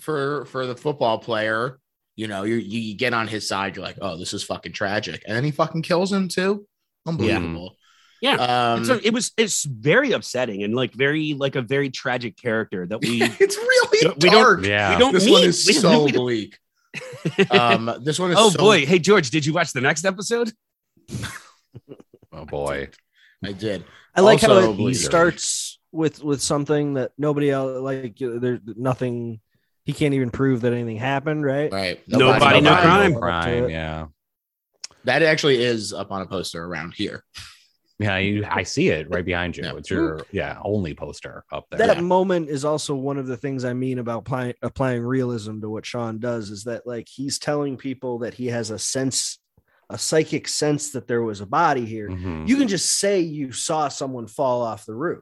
Speaker 3: for for the football player. You know, you you get on his side. You're like, oh, this is fucking tragic, and then he fucking kills him too. Unbelievable.
Speaker 2: Yeah.
Speaker 3: Um,
Speaker 2: It's a- it was it's very upsetting and like very like a very tragic character that we
Speaker 3: it's really
Speaker 2: We don't-
Speaker 3: dark.
Speaker 1: yeah.
Speaker 2: we don't
Speaker 3: this
Speaker 2: need.
Speaker 3: one is
Speaker 2: We don't-
Speaker 3: so
Speaker 2: we don't-
Speaker 3: bleak. Um, this one is
Speaker 2: oh
Speaker 3: so-
Speaker 2: boy hey george did you watch the next episode
Speaker 1: oh boy.
Speaker 3: I did.
Speaker 4: I like
Speaker 3: Also,
Speaker 4: how it
Speaker 3: Bleeder.
Speaker 4: starts with with something that nobody else like. There's nothing. He can't even prove that anything happened, right?
Speaker 3: Right,
Speaker 2: Nobody, no
Speaker 1: Nobody,
Speaker 2: crime.
Speaker 1: crime. Yeah.
Speaker 3: That actually is up on a poster around here.
Speaker 1: Yeah. You, I see it right behind you.
Speaker 3: Yeah.
Speaker 1: It's your yeah only poster up there.
Speaker 4: That moment is also one of the things I mean about applying applying realism to what Sean does is that like he's telling people that he has a sense, a psychic sense that there was a body here.
Speaker 1: Mhm.
Speaker 4: You can just say you saw someone fall off the roof.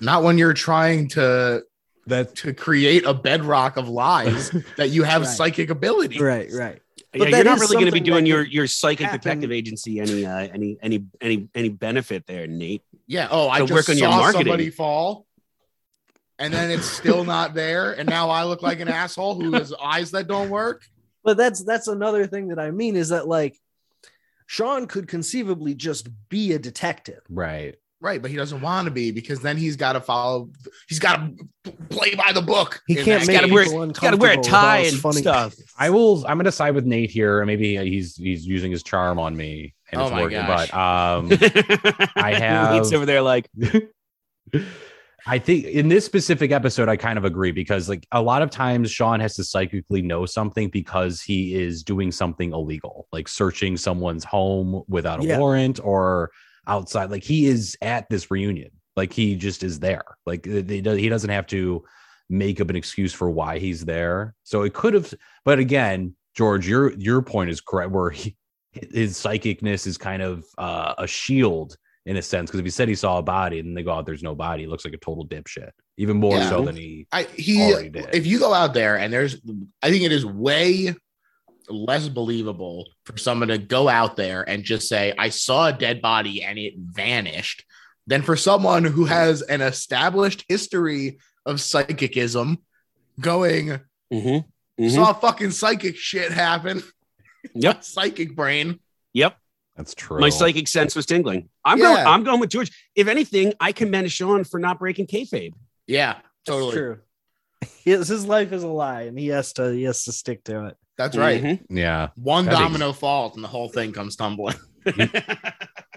Speaker 3: Not when you're trying to
Speaker 1: That
Speaker 3: to create a bedrock of lies that you have
Speaker 4: Right.
Speaker 3: psychic ability.
Speaker 4: Right, right.
Speaker 2: yeah,
Speaker 4: that
Speaker 2: you're not
Speaker 4: is
Speaker 2: really going to be
Speaker 4: something that
Speaker 2: doing your
Speaker 4: could
Speaker 2: your psychic
Speaker 4: happen.
Speaker 2: detective agency any uh, any any any any benefit there nate
Speaker 3: Yeah. Oh, I
Speaker 2: So
Speaker 3: just
Speaker 2: work on
Speaker 3: saw
Speaker 2: your marketing.
Speaker 3: somebody fall, and then it's still not there, and now I look like an asshole who has eyes that don't work.
Speaker 4: But that's that's another thing that I mean is that like Sean could conceivably just be a detective.
Speaker 1: right.
Speaker 3: Right, but he doesn't want to be because then he's got to follow. He's got to play by the book.
Speaker 4: He
Speaker 3: And
Speaker 4: can't
Speaker 3: that's
Speaker 4: make
Speaker 2: gotta
Speaker 4: people
Speaker 2: wear-
Speaker 4: uncomfortable.
Speaker 2: got to wear a
Speaker 4: with all
Speaker 2: tie
Speaker 4: his
Speaker 2: and
Speaker 4: funny-
Speaker 2: stuff
Speaker 1: I will. I'm gonna side with Nate here. Maybe uh, he's he's using his charm on me and
Speaker 3: Oh
Speaker 1: it's
Speaker 3: my
Speaker 1: working. But
Speaker 3: gosh.
Speaker 1: um, I have-
Speaker 2: Nate's over there like
Speaker 1: I think in this specific episode, I kind of agree because like a lot of times Sean has to psychically know something because he is doing something illegal, like searching someone's home without a
Speaker 4: Yeah.
Speaker 1: warrant or outside. Like he is at this reunion. Like he just is there. Like th- they do- he doesn't have to make up an excuse for why he's there. So it could have, but again, George, your your point is correct where he, his psychicness is kind of uh, a shield in a sense because if he said he saw a body and they go out there's no body it looks like a total dipshit even more
Speaker 3: Yeah.
Speaker 1: so than he
Speaker 3: I he
Speaker 1: Already did.
Speaker 3: if you go out there and there's I think it is way less believable for someone to go out there and just say I saw a dead body and it vanished than for someone who has an established history of psychicism going
Speaker 2: mhm, mhm.
Speaker 3: saw
Speaker 1: Mm-hmm.
Speaker 3: fucking psychic shit happen
Speaker 2: yep
Speaker 3: psychic brain
Speaker 2: yep
Speaker 1: that's true
Speaker 2: my psychic sense was tingling i'm going
Speaker 3: Yeah.
Speaker 2: i'm going with george if anything i commend sean for not breaking kayfabe
Speaker 3: yeah
Speaker 4: That's
Speaker 3: totally that's,
Speaker 4: true. His, his life is a lie, and he has to he has to stick to it.
Speaker 3: right
Speaker 2: Mhm.
Speaker 1: yeah
Speaker 3: one
Speaker 1: Mm-hmm. That is-
Speaker 3: domino falls and the whole thing comes tumbling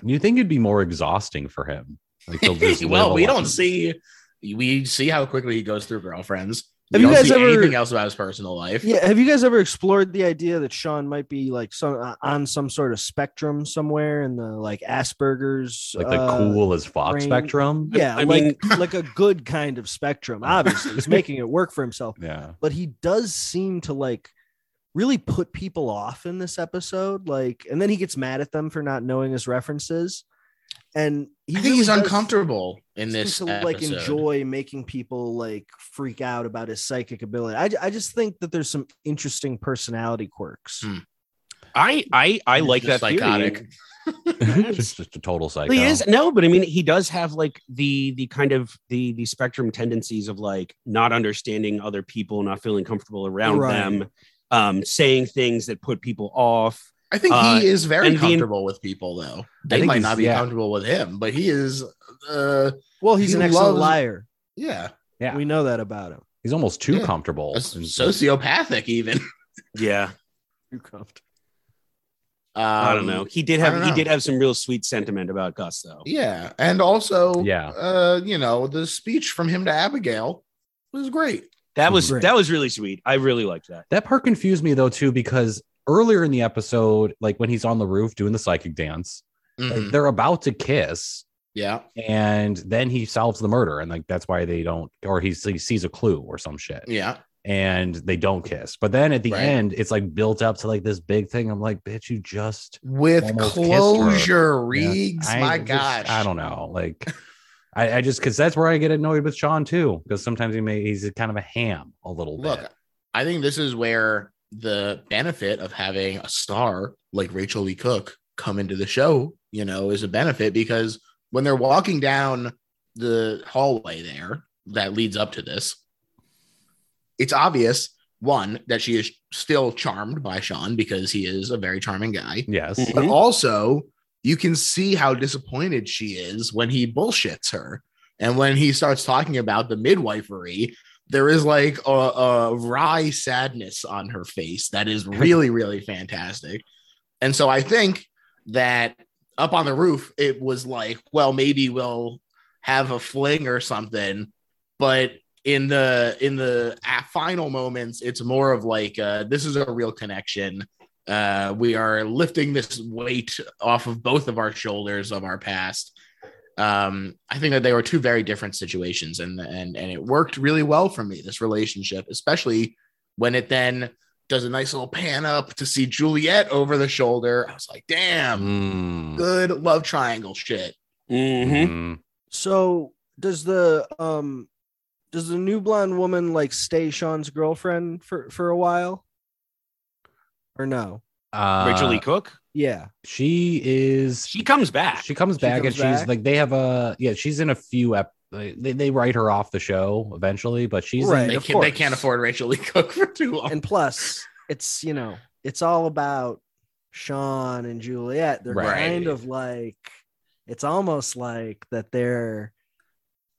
Speaker 1: you think it'd be more exhausting for him like he'll just
Speaker 3: well,
Speaker 1: live
Speaker 3: we
Speaker 1: a life-
Speaker 3: don't see we see how quickly he goes through girlfriends.
Speaker 4: Have
Speaker 3: We
Speaker 4: you
Speaker 3: don't
Speaker 4: guys
Speaker 3: see
Speaker 4: ever-
Speaker 3: anything else about his personal life?
Speaker 4: Yeah. Have you guys ever explored the idea that Sean might be like some uh, on some sort of spectrum somewhere in the like Asperger's,
Speaker 1: like the
Speaker 4: uh,
Speaker 1: cool as fox
Speaker 4: brain-
Speaker 1: spectrum
Speaker 4: Yeah,
Speaker 2: I
Speaker 4: like
Speaker 2: mean-
Speaker 4: like a good kind of spectrum. Obviously, he's making it work for himself,
Speaker 1: yeah
Speaker 4: but he does seem to like really put people off in this episode. Like, and then he gets mad at them for not knowing his references, and he
Speaker 3: I think he's
Speaker 4: really does-
Speaker 3: uncomfortable in this.
Speaker 4: seems to like
Speaker 3: episode.
Speaker 4: enjoy making people like freak out about his psychic ability. I, ju- I just think that there's some interesting personality quirks.
Speaker 3: Hmm.
Speaker 2: i i i
Speaker 3: He's
Speaker 2: like that
Speaker 3: just
Speaker 2: theory.
Speaker 3: psychotic.
Speaker 1: just, just a total psycho.
Speaker 2: He is no, but I mean, he does have like the the kind of the the spectrum tendencies of like not understanding other people, not feeling comfortable around
Speaker 4: Right.
Speaker 2: them, um, saying things that put people off.
Speaker 3: I think
Speaker 2: Uh,
Speaker 3: he is very
Speaker 2: and the-
Speaker 3: comfortable with people, though. They
Speaker 1: think
Speaker 3: might
Speaker 1: he's-
Speaker 3: not be
Speaker 1: yeah.
Speaker 3: comfortable with him, but he is. Uh,
Speaker 4: Well, he's
Speaker 3: He
Speaker 4: an excellent
Speaker 3: loves-
Speaker 4: liar.
Speaker 3: yeah,
Speaker 1: Yeah.
Speaker 4: We know that about him.
Speaker 1: He's almost too
Speaker 3: Yeah.
Speaker 1: comfortable.
Speaker 3: a
Speaker 1: And-
Speaker 3: sociopathic even.
Speaker 2: Yeah,
Speaker 4: Too comfortable.
Speaker 3: Um,
Speaker 2: I don't know. He did
Speaker 3: I
Speaker 2: have
Speaker 3: don't
Speaker 2: he
Speaker 3: know.
Speaker 2: did have some real sweet sentiment about Gus though.
Speaker 3: Yeah, and also,
Speaker 1: Yeah.
Speaker 3: uh, you know, the speech from him to Abigail was great.
Speaker 2: That was
Speaker 4: Right.
Speaker 2: that was really sweet. I really liked that.
Speaker 1: That part confused me though too because earlier in the episode, like when he's on the roof doing the psychic dance, like,
Speaker 3: Mhm.
Speaker 1: they're about to kiss,
Speaker 3: Yeah,
Speaker 1: and then he solves the murder, and like that's why they don't, or he, he sees a clue or some shit,
Speaker 3: yeah.
Speaker 1: and they don't kiss. But then at the
Speaker 3: Right.
Speaker 1: end, it's like built up to like this big thing. I'm like, bitch, you just
Speaker 3: With
Speaker 1: Almost kissed her.
Speaker 3: closure, Reeves.
Speaker 1: I
Speaker 3: My
Speaker 1: just-
Speaker 3: gosh,
Speaker 1: I don't know, like. I, I just because that's where I get annoyed with Sean too, because sometimes he may he's kind of a ham a little
Speaker 3: Look,
Speaker 1: bit.
Speaker 3: I think this is where the benefit of having a star like Rachel Lee Cook come into the show, you know, is a benefit because when they're walking down the hallway there that leads up to this, it's obvious one that she is still charmed by Sean because he is a very charming guy,
Speaker 1: Yes,
Speaker 2: Mhm.
Speaker 3: but also you can see how disappointed she is when he bullshits her. And when he starts talking about the midwifery, there is like a, a wry sadness on her face that is really, really fantastic. And so I think that up on the roof, it was like, well, maybe we'll have a fling or something. But in the in the a- final moments, it's more of like uh, this is a real connection. Uh, we are lifting this weight off of both of our shoulders of our past um, I think that they were two very different situations, and and and it worked really well for me. This relationship, especially when it then does a nice little pan up to see Juliet over the shoulder. I was like, damn,
Speaker 1: Mm.
Speaker 3: good love triangle shit.
Speaker 2: Mm-hmm.
Speaker 1: Mhm.
Speaker 4: So does the um does the new blonde woman like stay Sean's girlfriend for for a while? Or no?
Speaker 1: Uh,
Speaker 2: Rachel Lee Cook.
Speaker 4: Yeah.
Speaker 1: she is
Speaker 2: She comes back.
Speaker 1: she comes
Speaker 4: She
Speaker 1: back
Speaker 4: comes
Speaker 1: and she's
Speaker 4: back.
Speaker 1: like they have a yeah she's in a few ep- like, they, they write her off the show eventually but she's in-
Speaker 4: Right.
Speaker 3: They,
Speaker 4: of
Speaker 3: can, they
Speaker 4: course.
Speaker 3: can't afford Rachel Lee Cook for too long.
Speaker 4: And plus, it's you know, it's all about Sean and Juliet. They're
Speaker 1: Right.
Speaker 4: kind of like it's almost like that they're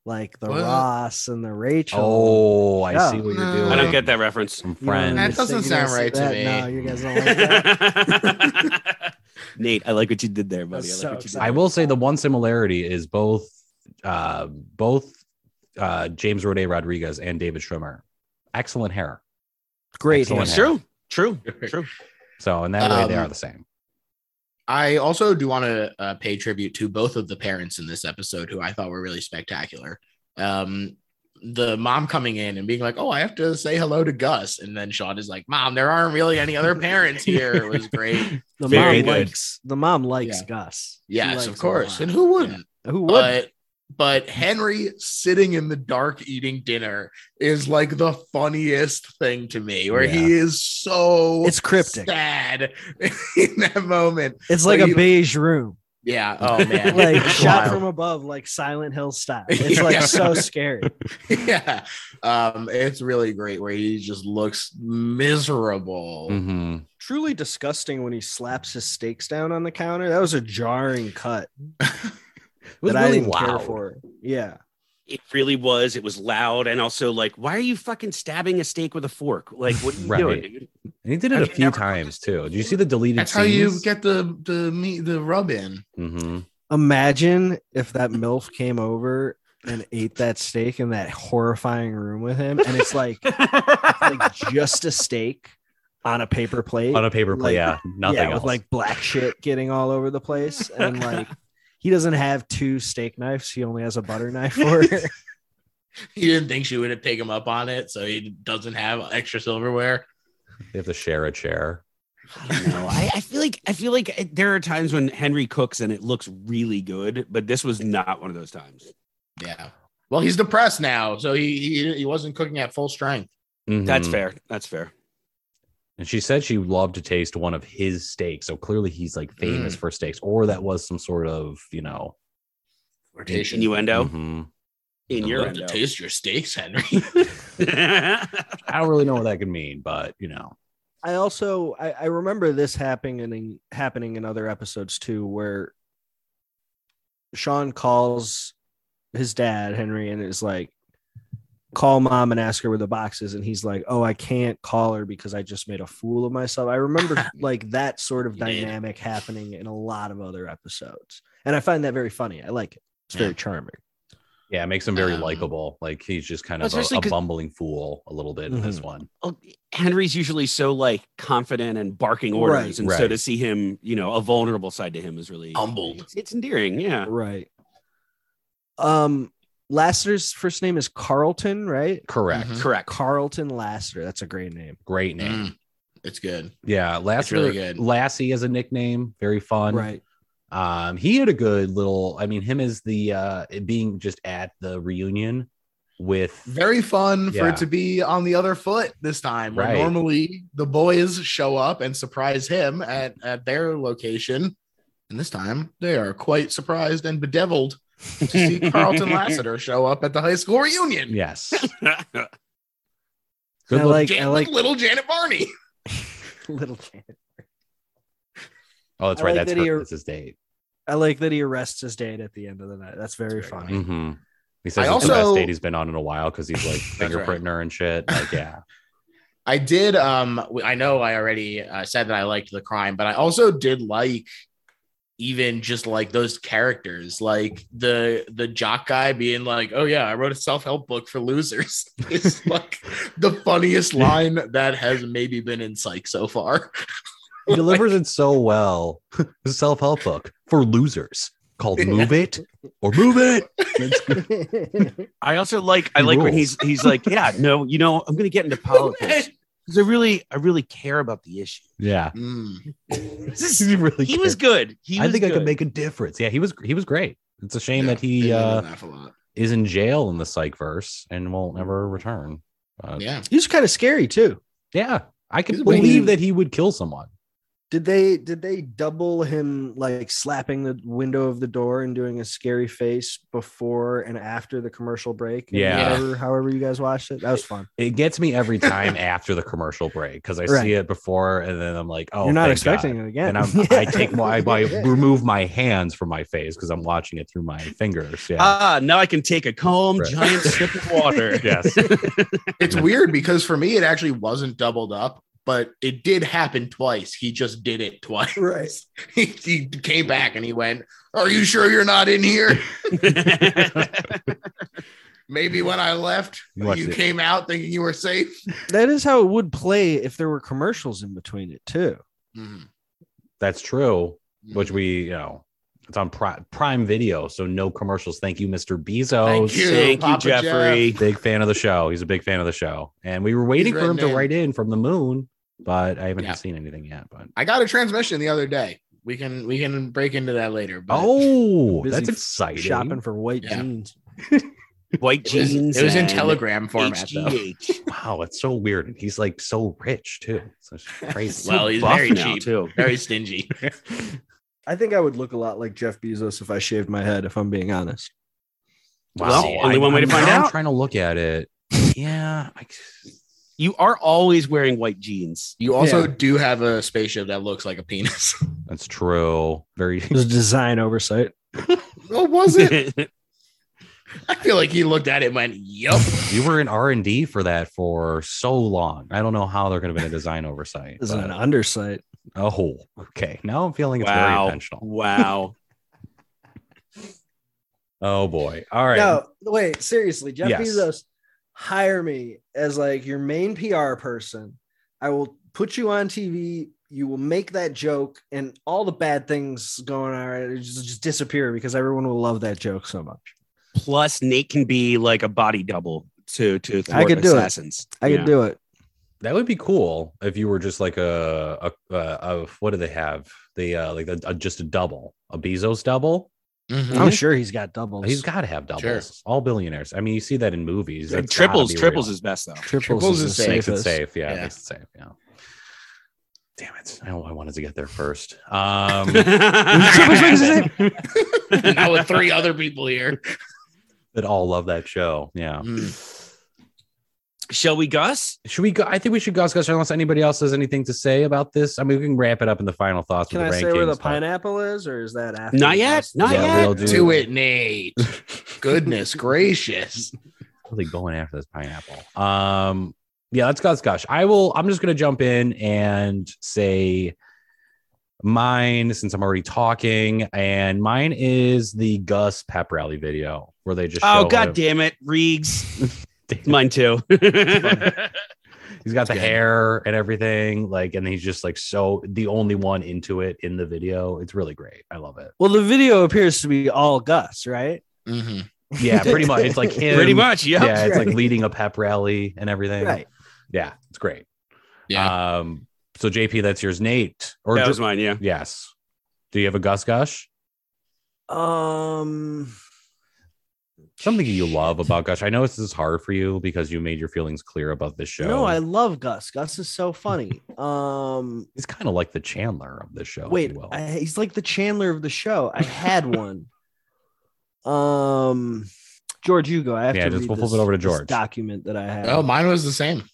Speaker 4: like the
Speaker 3: What?
Speaker 4: Ross and the Rachel.
Speaker 1: oh I see what you're
Speaker 3: No.
Speaker 1: doing
Speaker 2: I don't get that reference.
Speaker 1: from
Speaker 4: You know what I mean?
Speaker 1: friends
Speaker 3: That doesn't
Speaker 4: You guys
Speaker 3: sound
Speaker 4: see
Speaker 3: right to
Speaker 4: that?
Speaker 3: me.
Speaker 4: No, you guys don't like that.
Speaker 2: Nate, I like what you did there, buddy. I
Speaker 4: That's
Speaker 2: like
Speaker 4: so
Speaker 2: what you did.
Speaker 4: exciting.
Speaker 1: I will say the one similarity is both uh both uh James Roday Rodriguez and David Schwimmer excellent hair
Speaker 4: Great.
Speaker 1: Excellent.
Speaker 4: hair.
Speaker 2: It's true. True. True.
Speaker 1: so in that way they
Speaker 3: Um,
Speaker 1: are the same
Speaker 3: I also do want to uh, pay tribute to both of the parents in this episode who I thought were really spectacular. Um, the mom coming in and being like, "Oh, I have to say hello to Gus," and then Sean is like, "Mom, there aren't really any other parents here." It was great.
Speaker 4: The
Speaker 2: Very
Speaker 4: mom
Speaker 2: good.
Speaker 4: likes the mom likes
Speaker 3: Yeah.
Speaker 4: Gus. She
Speaker 3: Yes,
Speaker 4: likes
Speaker 3: of
Speaker 4: him a
Speaker 3: course,
Speaker 4: lot.
Speaker 3: and who wouldn't?
Speaker 4: Who would?
Speaker 3: But but Henry sitting in the dark eating dinner is like the funniest thing to me, where he is so
Speaker 4: It's cryptic.
Speaker 3: sad in that moment.
Speaker 4: it's like
Speaker 3: but
Speaker 4: a
Speaker 3: you-
Speaker 4: beige room,
Speaker 3: Yeah. Oh man.
Speaker 4: like
Speaker 3: It's
Speaker 4: shot
Speaker 3: wild.
Speaker 4: from above, like Silent Hill style. It's like
Speaker 3: Yeah.
Speaker 4: so scary.
Speaker 3: yeah um it's really great where he just looks miserable
Speaker 1: Mhm.
Speaker 4: Truly disgusting when he slaps his steaks down on the counter. That was a jarring cut
Speaker 1: It was
Speaker 4: that I
Speaker 1: really
Speaker 4: didn't care
Speaker 1: loud.
Speaker 4: for. Yeah,
Speaker 2: It really was. It was loud. And also, like, why are you fucking stabbing a steak with a fork? Like, what are you
Speaker 1: Right.
Speaker 2: doing, dude?
Speaker 1: and he did it
Speaker 2: I've
Speaker 1: a few
Speaker 2: never-
Speaker 1: times too did you see the deleted
Speaker 3: that's how you
Speaker 1: scenes?
Speaker 3: get the the meat the rub in
Speaker 1: Mhm.
Speaker 4: imagine if that milf came over and ate that steak in that horrifying room with him, and it's like like just a steak on a paper plate.
Speaker 1: on a paper plate
Speaker 4: Like-
Speaker 1: yeah nothing
Speaker 4: yeah,
Speaker 1: else
Speaker 4: with like black shit getting all over the place, and like he doesn't have two steak knives; he only has a butter knife for it.
Speaker 3: he didn't think she would pick him up on it so he doesn't have extra silverware
Speaker 1: they have to share a chair
Speaker 2: I don't know. I, I feel like I feel like it- there are times when Henry cooks and it looks really good, but this was not one of those times.
Speaker 3: yeah well he's depressed now so he he, he wasn't cooking at full strength
Speaker 2: That's
Speaker 1: Mhm.
Speaker 2: fair. That's fair.
Speaker 1: And she said she loved to taste one of his steaks. So clearly he's like famous for steaks, or that was some sort of, you know,
Speaker 3: Flirtation.
Speaker 2: Innuendo
Speaker 1: mhm.
Speaker 2: in
Speaker 3: I'd
Speaker 2: your
Speaker 3: love to taste your steaks, Henry.
Speaker 1: I don't really know what that could mean, but you know,
Speaker 4: I also I, I remember this happening happening in other episodes too, where Sean calls his dad Henry and is like, "Call mom and ask her where the box is," and he's like, "Oh, I can't call her because I just made a fool of myself." I remember like that sort of
Speaker 3: You did.
Speaker 4: dynamic happening in a lot of other episodes, and I find that very funny. I like it. It's very
Speaker 3: Yeah.
Speaker 4: charming.
Speaker 1: yeah, it makes him very
Speaker 3: Um,
Speaker 1: likable. Like he's just kind
Speaker 2: well,
Speaker 1: of a,
Speaker 2: especially
Speaker 1: a
Speaker 2: 'cause-
Speaker 1: bumbling fool a little bit in this one.
Speaker 2: Oh, Henry's usually so like confident and barking orders,
Speaker 4: Right.
Speaker 2: and so
Speaker 1: Right.
Speaker 2: to see him, you know, a vulnerable side to him is really
Speaker 3: Humbled.
Speaker 2: It's, it's endearing, yeah.
Speaker 4: Right. Um, Lassiter's first name is Carlton, right?
Speaker 1: Correct.
Speaker 3: Mhm.
Speaker 2: Correct.
Speaker 4: Carlton Lassiter. That's a great name.
Speaker 1: Great name.
Speaker 3: Mm, it's good.
Speaker 1: Yeah, Lassie,
Speaker 3: really good.
Speaker 1: Lassie is a nickname, very fun.
Speaker 4: Right.
Speaker 1: Um, he had a good little. I mean, him as the uh it being just at the reunion with
Speaker 3: Very fun for
Speaker 1: Yeah.
Speaker 3: it to be on the other foot this time. Where
Speaker 1: Right.
Speaker 3: normally the boys show up and surprise him at, at their location. And this time they are quite surprised and bedeviled to see Carlton Lassiter show up at the high school reunion.
Speaker 1: yes,
Speaker 4: And
Speaker 1: good
Speaker 4: I
Speaker 1: look.
Speaker 4: like I
Speaker 3: Jan-
Speaker 4: like
Speaker 3: little Janet Barney.
Speaker 4: little Janet.
Speaker 1: oh, that's
Speaker 4: I
Speaker 1: right.
Speaker 4: like
Speaker 1: that's
Speaker 4: that he-
Speaker 1: her. That's his date.
Speaker 4: I like that he arrests his date at the end of the night. That's very funny.
Speaker 1: hmm He says
Speaker 3: I
Speaker 1: it's the best
Speaker 3: also-
Speaker 1: date he's been on in a while because he's like
Speaker 3: That's right.
Speaker 1: fingerprinting her and shit. Like, yeah,
Speaker 3: I did. Um, w- I know I already uh, said that I liked the crime, but I also did like even just like those characters, like the the jock guy being like, "Oh yeah, I wrote a self help book for losers." It's like the funniest line that has maybe been in Psych so far.
Speaker 1: he delivers it so well. His self help book for losers called "Move It" or "Move It."
Speaker 2: I also like I
Speaker 1: He
Speaker 2: like when
Speaker 1: rules.
Speaker 2: he's he's like, yeah, no, you know, I'm gonna get into politics because I really I really care about the issue.
Speaker 1: Yeah,
Speaker 3: Mm.
Speaker 1: He really
Speaker 2: He was
Speaker 1: cared.
Speaker 2: good. He was
Speaker 1: I think I
Speaker 2: good.
Speaker 1: could make a difference. Yeah, he was. He was great. It's a shame
Speaker 3: Yeah,
Speaker 1: that
Speaker 3: they made
Speaker 1: he.
Speaker 3: me
Speaker 1: uh
Speaker 3: laugh a lot.
Speaker 1: is in jail in the psych verse and won't ever return. Uh, yeah.
Speaker 3: Yeah,
Speaker 4: He's kind of scary too.
Speaker 1: I can
Speaker 3: He's
Speaker 1: believe
Speaker 4: waiting.
Speaker 1: that he would kill someone.
Speaker 4: Did they did they double him like slapping the window of the door and doing a scary face before and after the commercial break? and
Speaker 1: Yeah.
Speaker 4: Whatever, however you guys watched it. That was fun.
Speaker 1: It gets me every time after the commercial break because I
Speaker 4: Right.
Speaker 1: see it before and then I'm like, oh,
Speaker 4: You're not
Speaker 1: thank
Speaker 4: expecting
Speaker 1: God.
Speaker 4: it again.
Speaker 1: And I'm, I take my, I remove my hands from my face because I'm watching it through my fingers. Yeah.
Speaker 3: Uh,
Speaker 2: Ah, now I can take a calm,
Speaker 1: Right.
Speaker 2: giant sip of water.
Speaker 1: yes.
Speaker 3: it's weird because for me it actually wasn't doubled up, but it did happen twice. He just did it twice.
Speaker 4: right.
Speaker 3: he, he came back and he went, Are you sure you're not in here? Maybe when I left,
Speaker 1: You watched
Speaker 3: you
Speaker 1: it.
Speaker 3: came out thinking you were safe.
Speaker 4: That is how it would play if there were commercials in between it too.
Speaker 3: Mhm.
Speaker 1: That's true.
Speaker 3: Mm-hmm.
Speaker 1: Which we, you know, it's on pri- Prime Video. So no commercials. Thank you, Mr. Bezos.
Speaker 3: Thank you.
Speaker 2: Thank you,
Speaker 3: Papa Jeff.
Speaker 2: Jeffrey.
Speaker 1: big fan of the show. He's a big fan of the show, and we were waiting for
Speaker 3: written
Speaker 1: him to
Speaker 3: in.
Speaker 1: write in from the moon, but I haven't
Speaker 3: Yeah.
Speaker 1: seen anything yet. But
Speaker 3: I got a transmission the other day. We can we can break into that later. But
Speaker 1: oh,
Speaker 4: Busy
Speaker 1: that's
Speaker 4: f-
Speaker 1: exciting!
Speaker 4: Shopping for white
Speaker 3: Yeah.
Speaker 4: jeans.
Speaker 2: White
Speaker 3: it was,
Speaker 2: jeans.
Speaker 3: it was in
Speaker 2: and
Speaker 3: telegram format though.
Speaker 2: HGH.
Speaker 1: Wow, it's so weird, and he's like so rich too. So it's crazy.
Speaker 3: Well, he's
Speaker 2: Buff
Speaker 3: very
Speaker 2: now,
Speaker 3: cheap,
Speaker 2: too.
Speaker 3: very stingy.
Speaker 4: I think I would look a lot like Jeff Bezos if I shaved my head, if I'm being honest.
Speaker 2: Well,
Speaker 1: I-
Speaker 2: only one way to
Speaker 1: I'm
Speaker 2: find
Speaker 1: now
Speaker 2: out.
Speaker 1: trying to look at it. Yeah, I,
Speaker 2: You are always wearing white jeans.
Speaker 3: You also
Speaker 4: Yeah.
Speaker 3: do have a spaceship that looks like a penis.
Speaker 1: that's true. Very.
Speaker 4: It was a design oversight.
Speaker 3: what was it? I feel like he looked at it and went, Yup.
Speaker 1: You were in R and D for that for so long. I don't know how they're going to be a design oversight.
Speaker 4: It was an
Speaker 1: but-
Speaker 4: undersight.
Speaker 1: oh, okay. Now I'm feeling it's very
Speaker 2: wow.
Speaker 1: intentional.
Speaker 2: Wow.
Speaker 1: Oh boy. All right.
Speaker 4: No, wait, seriously, Jeff
Speaker 1: Yes.
Speaker 4: Bezos, hire me as like your main PR person. I will put you on TV. You will make that joke, and all the bad things going on right, just, just disappear because everyone will love that joke so much.
Speaker 2: Plus, Nate can be like a body double to to thwart
Speaker 4: could do it.
Speaker 2: assassins.
Speaker 4: I
Speaker 2: Yeah.
Speaker 4: could do it.
Speaker 1: That would be cool if you were just like a a, a, a what do they have? The uh, like a, a- just a double, a Bezos double.
Speaker 3: Mhm.
Speaker 4: I'm sure he's got doubles.
Speaker 1: He's got to have doubles.
Speaker 3: Sure.
Speaker 1: All billionaires. I mean, you see that in movies. That's gotta
Speaker 2: triples,
Speaker 1: be
Speaker 2: triples
Speaker 1: real.
Speaker 2: is best though.
Speaker 4: triples.
Speaker 3: Triples
Speaker 4: is
Speaker 3: is
Speaker 4: the
Speaker 3: safe.
Speaker 1: makes it
Speaker 4: safest.
Speaker 1: safe. Yeah,
Speaker 3: Yeah.
Speaker 1: makes it safe. Yeah. Damn it! I, I wanted to get there first. Um,
Speaker 3: Not with three other people here.
Speaker 1: that all love that show. Yeah.
Speaker 3: Mm.
Speaker 2: Shall we, Gus?
Speaker 1: Should we go? I think we should go, Gus, unless anybody else has anything to say about this. I mean, we can wrap it up in the final thoughts.
Speaker 4: Can I
Speaker 1: with the
Speaker 4: say where
Speaker 1: rankings,
Speaker 4: the
Speaker 1: but-
Speaker 4: pineapple is, or is that after?
Speaker 2: Not
Speaker 4: the
Speaker 2: yet.
Speaker 4: pasta?
Speaker 2: Not
Speaker 1: Yeah,
Speaker 2: yet.
Speaker 1: we'll do,
Speaker 3: Do it, Nate. Goodness gracious.
Speaker 1: really going after this pineapple. Um, yeah, let's go. Let's gosh. I will. I'm just gonna jump in and say mine since I'm already talking, and mine is the Gus Pep Rally video where they just
Speaker 2: Oh
Speaker 1: show
Speaker 2: god
Speaker 1: him-
Speaker 2: damn it, Reegs.
Speaker 1: Damn.
Speaker 2: Mine too.
Speaker 1: He's got the
Speaker 3: Good.
Speaker 1: hair and everything, like, and he's just like so the only one into it in the video. It's really great. I love it.
Speaker 4: Well, the video appears to be all Gus, right?
Speaker 3: hmm
Speaker 1: Yeah, pretty much. It's like him.
Speaker 2: Pretty much, yep.
Speaker 1: Yeah, it's like
Speaker 4: Right.
Speaker 1: leading a pep rally and everything.
Speaker 4: Right.
Speaker 1: Yeah, it's great.
Speaker 3: Yeah.
Speaker 1: Um. So JP, that's yours, Nate. Or
Speaker 2: That
Speaker 1: Dr-
Speaker 2: was mine, yeah.
Speaker 1: yes. Do you have a Gus Gush?
Speaker 4: Um,
Speaker 1: Something you love about Gush? I know this is hard for you because you made your feelings clear about this show.
Speaker 4: no, I love Gus. Gus is so funny. Um,
Speaker 1: He's kind of like the Chandler of this show. if
Speaker 4: wait,
Speaker 1: you will.
Speaker 4: I, he's like the Chandler of the show. I had one. Um, George, you go. I have
Speaker 1: Yeah,
Speaker 4: to
Speaker 1: just
Speaker 4: read
Speaker 1: we'll flip
Speaker 4: this,
Speaker 1: it over to
Speaker 4: this
Speaker 1: George.
Speaker 4: document that I have.
Speaker 3: Oh, mine was the same.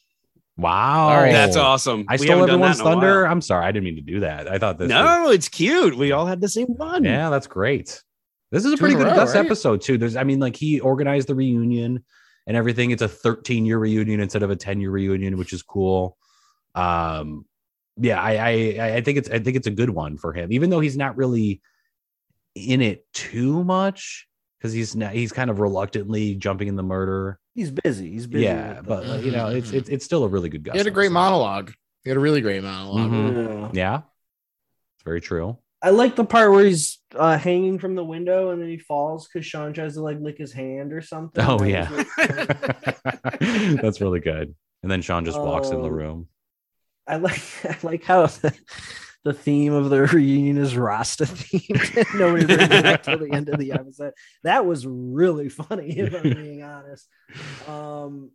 Speaker 1: wow.
Speaker 3: All right.
Speaker 2: That's awesome.
Speaker 1: Oh. I
Speaker 2: We
Speaker 1: stole
Speaker 2: haven't done
Speaker 1: everyone's
Speaker 2: that in a
Speaker 1: thunder.
Speaker 2: while.
Speaker 1: I'm sorry. I didn't mean to do that. I thought this.
Speaker 2: No, it's cute. We all had the same
Speaker 1: was-
Speaker 2: fun.
Speaker 1: yeah, that's great. This is a
Speaker 3: Two
Speaker 1: pretty
Speaker 3: in a
Speaker 1: good
Speaker 3: row,
Speaker 1: Gus
Speaker 3: right?
Speaker 1: episode too. There's, I mean, like he organized the reunion and everything. It's a 13 year reunion instead of a 10 year reunion, which is cool. Um, yeah, I, I, I- I think it's, I think it's a good one for him, even though he's not really in it too much because he's not, he's kind of reluctantly jumping in the murder.
Speaker 4: He's busy. He's busy.
Speaker 1: Yeah,
Speaker 4: with
Speaker 1: but uh,
Speaker 4: the-
Speaker 1: like, you know, it's, it's it's still a really good Gus.
Speaker 3: He had a great
Speaker 1: episode.
Speaker 3: monologue. He had a really great monolog
Speaker 1: Mhm.
Speaker 4: Yeah.
Speaker 1: Yeah, it's very true.
Speaker 4: I like the part where he's uh, hanging from the window and then he falls because Sean tries to like lick his hand or something.
Speaker 1: Oh,
Speaker 4: That was,
Speaker 1: yeah.
Speaker 4: like, cool.
Speaker 1: That's really good. And then Sean just walks in the
Speaker 4: Um,
Speaker 1: room.
Speaker 4: I like I like how the, the theme of the reunion is Rasta themed. Nobody brings it up till the end of the episode. That was really funny, if I'm being honest. Um,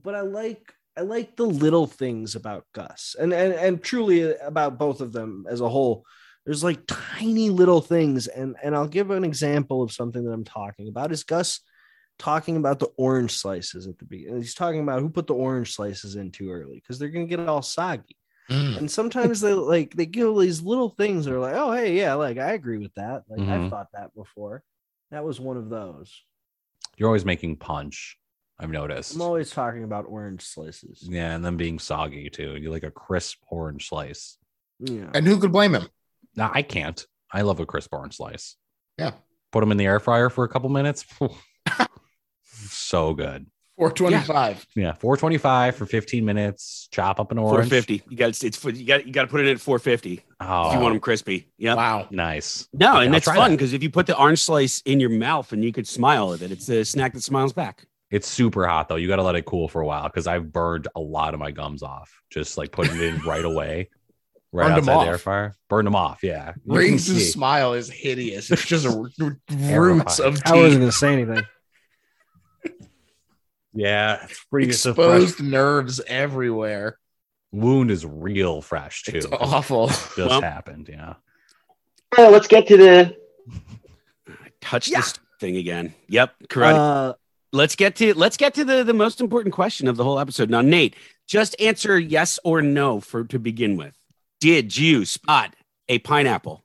Speaker 4: but I like I like the little things about Gus, and and and truly about both of them as a whole. There's like tiny little things, and and I'll give an example of something that I'm talking about. Is Gus talking about the orange slices at the beginning? He's talking about who put the orange slices in too early because they're gonna get all soggy.
Speaker 3: Mm.
Speaker 4: And sometimes they like they give these little things that are like, oh hey, yeah, like I agree with that. Like
Speaker 1: Mhm.
Speaker 3: Mm-hmm.
Speaker 4: I've thought that before. That was one of those.
Speaker 1: You're always making punch. I've noticed.
Speaker 4: I'm always talking about orange slices.
Speaker 1: Yeah, and then being soggy too. You like a crisp orange slice.
Speaker 4: Yeah.
Speaker 3: And who could blame him?
Speaker 1: Now I can't. I love a crisp orange slice.
Speaker 3: Yeah.
Speaker 1: Put them in the air fryer for a couple minutes. so good.
Speaker 3: 425.
Speaker 1: Yeah, 425 for 15 minutes. Chop up an
Speaker 2: Four
Speaker 1: orange.
Speaker 2: fifty. You got it's you got you got to put it in at four fifty
Speaker 1: Oh,
Speaker 2: if you want them crispy. Yeah.
Speaker 3: Wow.
Speaker 1: nice.
Speaker 2: No,
Speaker 1: Okay,
Speaker 2: and
Speaker 1: I'll
Speaker 2: that's
Speaker 1: try
Speaker 2: fun
Speaker 1: that.
Speaker 2: because if you put the orange slice in your mouth and you could smile at it, it's a snack that smiles back.
Speaker 1: It's super hot though. You got to let it cool for a while because I've burned a lot of my gums off just like putting it in right away, right
Speaker 3: Burned 'em
Speaker 1: outside the air
Speaker 3: off.
Speaker 1: fryer. Burned them off. Yeah, You can
Speaker 3: Riggs'
Speaker 1: see.
Speaker 3: smile is hideous. It's just r- r- roots of
Speaker 4: I wasn't
Speaker 3: teeth,
Speaker 4: gonna say anything.
Speaker 1: Yeah, it's pretty it's a fresh-
Speaker 3: exposed nerves everywhere.
Speaker 1: Wound is real fresh too.
Speaker 3: It's
Speaker 1: 'cause
Speaker 3: awful.
Speaker 1: it Just
Speaker 2: Well-
Speaker 1: happened. Yeah.
Speaker 5: Yeah, let's get to the.
Speaker 2: Touch
Speaker 4: Yeah.
Speaker 2: this thing again. Yep, correct.
Speaker 4: Uh,
Speaker 2: let's get to let's get to the the most important question of the whole episode. Now, Nate, just answer yes or no for to begin with. Did you spot a pineapple?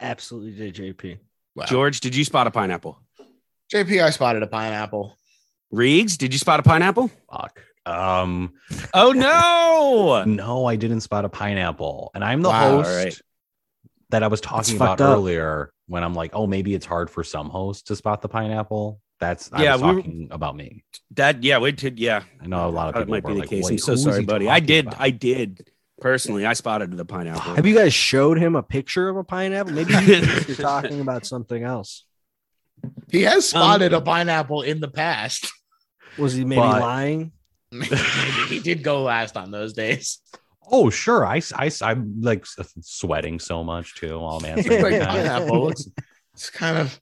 Speaker 4: absolutely did JP.
Speaker 3: Wow.
Speaker 2: George, did you spot a pineapple?
Speaker 3: JP, I spotted a pineapple.
Speaker 2: Reegs, did you spot a pineapple?
Speaker 1: Fuck. Um.
Speaker 2: Oh no!
Speaker 1: No, I didn't spot a pineapple, and I'm the
Speaker 3: Wow,
Speaker 1: host
Speaker 2: alright.
Speaker 1: that I was talking about
Speaker 4: fucked up.
Speaker 1: earlier. When I'm like, oh, maybe it's hard for some hosts to spot the pineapple. That's I
Speaker 2: Yeah,
Speaker 1: was
Speaker 2: we were-
Speaker 1: talking about me.
Speaker 2: That yeah, we did yeah.
Speaker 1: I know a lot of
Speaker 2: That
Speaker 1: people
Speaker 2: might
Speaker 1: were
Speaker 2: be the
Speaker 1: like,
Speaker 2: case.
Speaker 1: "Wait,
Speaker 2: I'm so
Speaker 1: who is
Speaker 2: sorry,
Speaker 1: he
Speaker 2: buddy. I
Speaker 1: talking
Speaker 2: did
Speaker 1: about?"
Speaker 2: I did personally. I spotted the pineapple.
Speaker 4: Have you guys showed him a picture of a pineapple? Maybe you think you're talking about something else.
Speaker 3: He has spotted a pineapple in the past.
Speaker 4: Was he maybe
Speaker 1: But-
Speaker 4: lying?
Speaker 3: Maybe he did go last on those days.
Speaker 1: Oh, sure. I, I, am like s- sweating so much too. Oh man,
Speaker 3: It's like
Speaker 4: Yeah.
Speaker 3: pineapple. It's, it's kind of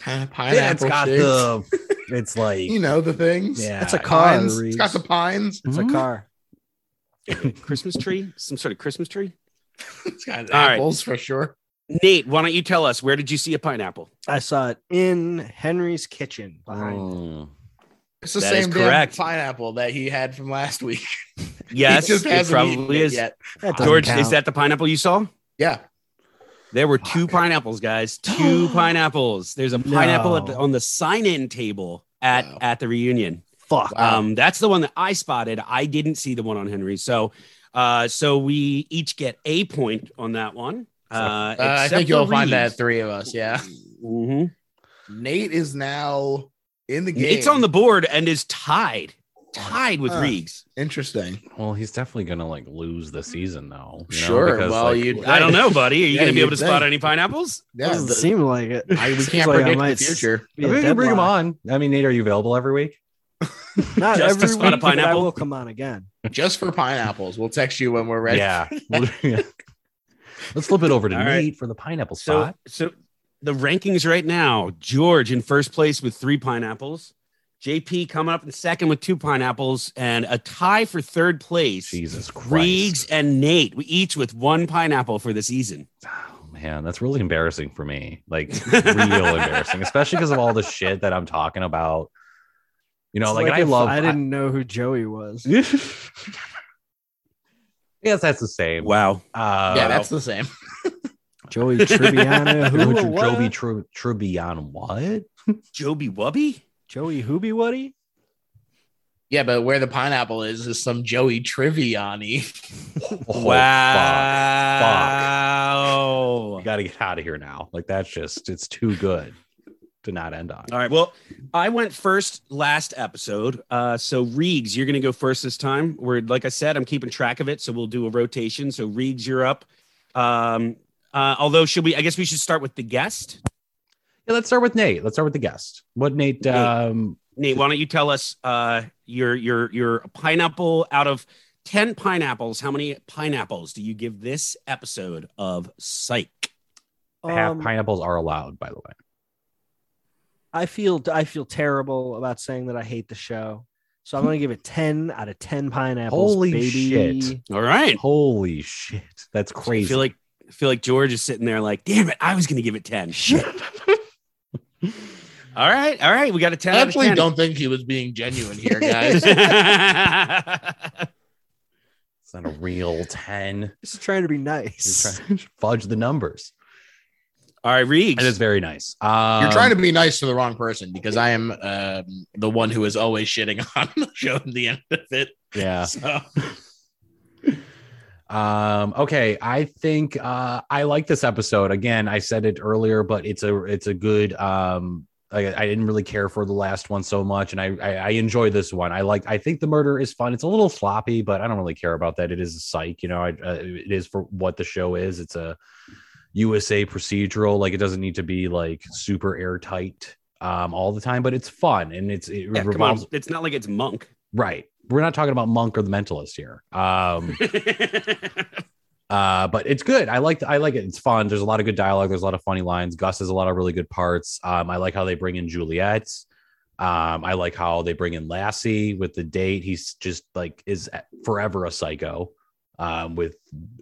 Speaker 3: kind of pineapple.
Speaker 1: yeah, it's got
Speaker 3: shaped.
Speaker 1: the. It's like
Speaker 3: you know the things.
Speaker 1: yeah,
Speaker 4: That's a car.
Speaker 3: Pines. It's got the
Speaker 1: Mm-hmm. Hmm.
Speaker 4: Reese.
Speaker 3: pines.
Speaker 4: It's a
Speaker 1: Mhm.
Speaker 4: car.
Speaker 2: Christmas tree? Some sort of Christmas tree?
Speaker 3: It's got
Speaker 2: All right.
Speaker 3: apples for sure.
Speaker 2: Nate, why don't you tell us where did you see a pineapple?
Speaker 4: I saw it in Henry's kitchen behind.
Speaker 1: Mm.
Speaker 3: It's the
Speaker 2: That is
Speaker 3: same damn
Speaker 2: correct.
Speaker 3: pineapple that he had from last week.
Speaker 2: Yes,
Speaker 3: he just
Speaker 2: it
Speaker 3: hasn't eaten
Speaker 2: probably
Speaker 3: it
Speaker 2: is.
Speaker 3: yet.
Speaker 4: That doesn't
Speaker 2: George,
Speaker 4: count.
Speaker 2: is that the pineapple you saw?
Speaker 3: Yeah,
Speaker 2: There were two pineapples, guys. Two pineapples. There's a pineapple at the,
Speaker 4: No.
Speaker 2: on the sign-in table at
Speaker 3: Wow.
Speaker 2: at the reunion.
Speaker 4: fuck?
Speaker 3: Wow.
Speaker 2: Um, that's the one that I spotted. I didn't see the one on Henry. So, uh, so we each get a point on that one. Uh,
Speaker 3: Uh, I
Speaker 2: except
Speaker 3: think
Speaker 2: for
Speaker 3: you'll find
Speaker 2: Reeves.
Speaker 3: that three of us. Yeah,
Speaker 2: Mhm.
Speaker 3: Nate is now in the game.
Speaker 2: Nate's on the board and is tied, tied with
Speaker 4: Huh.
Speaker 2: Reeves.
Speaker 3: interesting.
Speaker 1: Well, he's definitely gonna like lose the season though. you know,
Speaker 3: Sure,
Speaker 1: because,
Speaker 3: well,
Speaker 1: like,
Speaker 3: you'd-
Speaker 2: I don't know, buddy. Are you
Speaker 3: Yeah,
Speaker 2: gonna be able to
Speaker 3: you'd
Speaker 2: spot
Speaker 3: think.
Speaker 2: any pineapples?
Speaker 3: Yeah,
Speaker 4: doesn't
Speaker 3: the-
Speaker 4: seem like it.
Speaker 3: I, we
Speaker 4: Seems
Speaker 3: can't
Speaker 4: like I
Speaker 3: predict the
Speaker 4: might
Speaker 3: future.
Speaker 4: be a
Speaker 1: I mean, you can bring him
Speaker 4: deadlock.
Speaker 1: on. I mean, Nate, are you available every week?
Speaker 4: Not
Speaker 2: Just to
Speaker 4: every
Speaker 2: spot a
Speaker 4: week, but I
Speaker 2: pineapple.
Speaker 4: will come on again.
Speaker 3: Just for pineapples, we'll text you when we're ready.
Speaker 1: Yeah. Yeah. Let's flip it over to
Speaker 2: All
Speaker 1: Nate
Speaker 2: right.
Speaker 1: for the pineapple
Speaker 2: So,
Speaker 1: spot.
Speaker 2: so the rankings right now: George in first place with three pineapples, JP coming up in second with two pineapples, and a tie for third place.
Speaker 1: Jesus Christ.
Speaker 2: Reeves and Nate, we each with one pineapple for the season.
Speaker 1: Oh man, that's really embarrassing for me. Like real embarrassing, especially because of all the shit that I'm talking about. You know,
Speaker 4: It's
Speaker 1: like, and I
Speaker 4: if
Speaker 1: love
Speaker 4: I didn't know who Joey was.
Speaker 1: Yes, that's the same.
Speaker 2: Wow.
Speaker 1: uh,
Speaker 3: yeah, that's the same.
Speaker 4: Joey Tribbiano.
Speaker 1: who
Speaker 4: Who?
Speaker 1: would you-
Speaker 4: what?
Speaker 1: Joby Tru- Trubion what?
Speaker 2: Joby Wubby?
Speaker 4: Joey Hooby Woody?
Speaker 3: Yeah, but where the pineapple is is some Joey Triviani.
Speaker 1: Oh, fuck.
Speaker 2: wow.
Speaker 1: You gotta get out of here now. Like that's just it's too good to not end on.
Speaker 2: All right. Well, I went first last episode. Uh, so Reegs, you're going to go first this time. We're like I said, I'm keeping track of it, so we'll do a rotation. So Reegs, you're up. Um, uh, although, should we? I guess we should start with the guest.
Speaker 1: Yeah, let's start with Nate. Let's start with the guest. What Nate,
Speaker 2: Nate.
Speaker 1: um
Speaker 2: Nate, why don't you tell us uh, your your your pineapple out of ten pineapples? How many pineapples do you give this episode of Psych?
Speaker 1: half
Speaker 4: Um,
Speaker 1: pineapples are allowed, by the way.
Speaker 4: I feel I feel terrible about saying that I hate the show. So I'm gonna give it 10 out of 10 pineapples.
Speaker 1: Holy
Speaker 4: baby.
Speaker 1: shit.
Speaker 2: All right.
Speaker 1: Holy shit. That's
Speaker 2: I
Speaker 1: crazy.
Speaker 2: feel like I feel like George is sitting there like, damn it, I was going to give it ten. All right, all right, we got a ten.
Speaker 3: I
Speaker 2: out of
Speaker 3: actually
Speaker 2: 10.
Speaker 3: don't think he was being genuine here, guys.
Speaker 1: it's not a real 10.
Speaker 4: This is trying to be
Speaker 1: You're
Speaker 4: nice.
Speaker 1: trying to fudge the numbers.
Speaker 2: All right, Reeves.
Speaker 1: It is very nice. Um,
Speaker 3: You're trying to be nice to the wrong person because I am um, the one who is always shitting on the show at the end of it.
Speaker 1: Yeah.
Speaker 3: So
Speaker 1: Um, okay. I think uh I like this episode. Again, I said it earlier, but it's a it's a good um I, I didn't really care for the last one so much, and I, I I enjoy this one. I like. I think the murder is fun. It's a little sloppy, but I don't really care about that. It is a psych, you know. I, uh, it is for what the show is. It's a USA procedural. Like it doesn't need to be like super airtight um all the time, but it's fun and it's it
Speaker 2: Yeah, come on.
Speaker 1: revolves
Speaker 2: It's not like it's Monk.
Speaker 1: right. We're not talking about Monk or the Mentalist here. Um, uh, but it's good. I like I like it. It's fun. There's a lot of good dialogue. There's a lot of funny lines. Gus has a lot of really good parts. Um, I like how they bring in Juliet. Um, I like how they bring in Lassie with the date. He's just like is forever a psycho. Um, with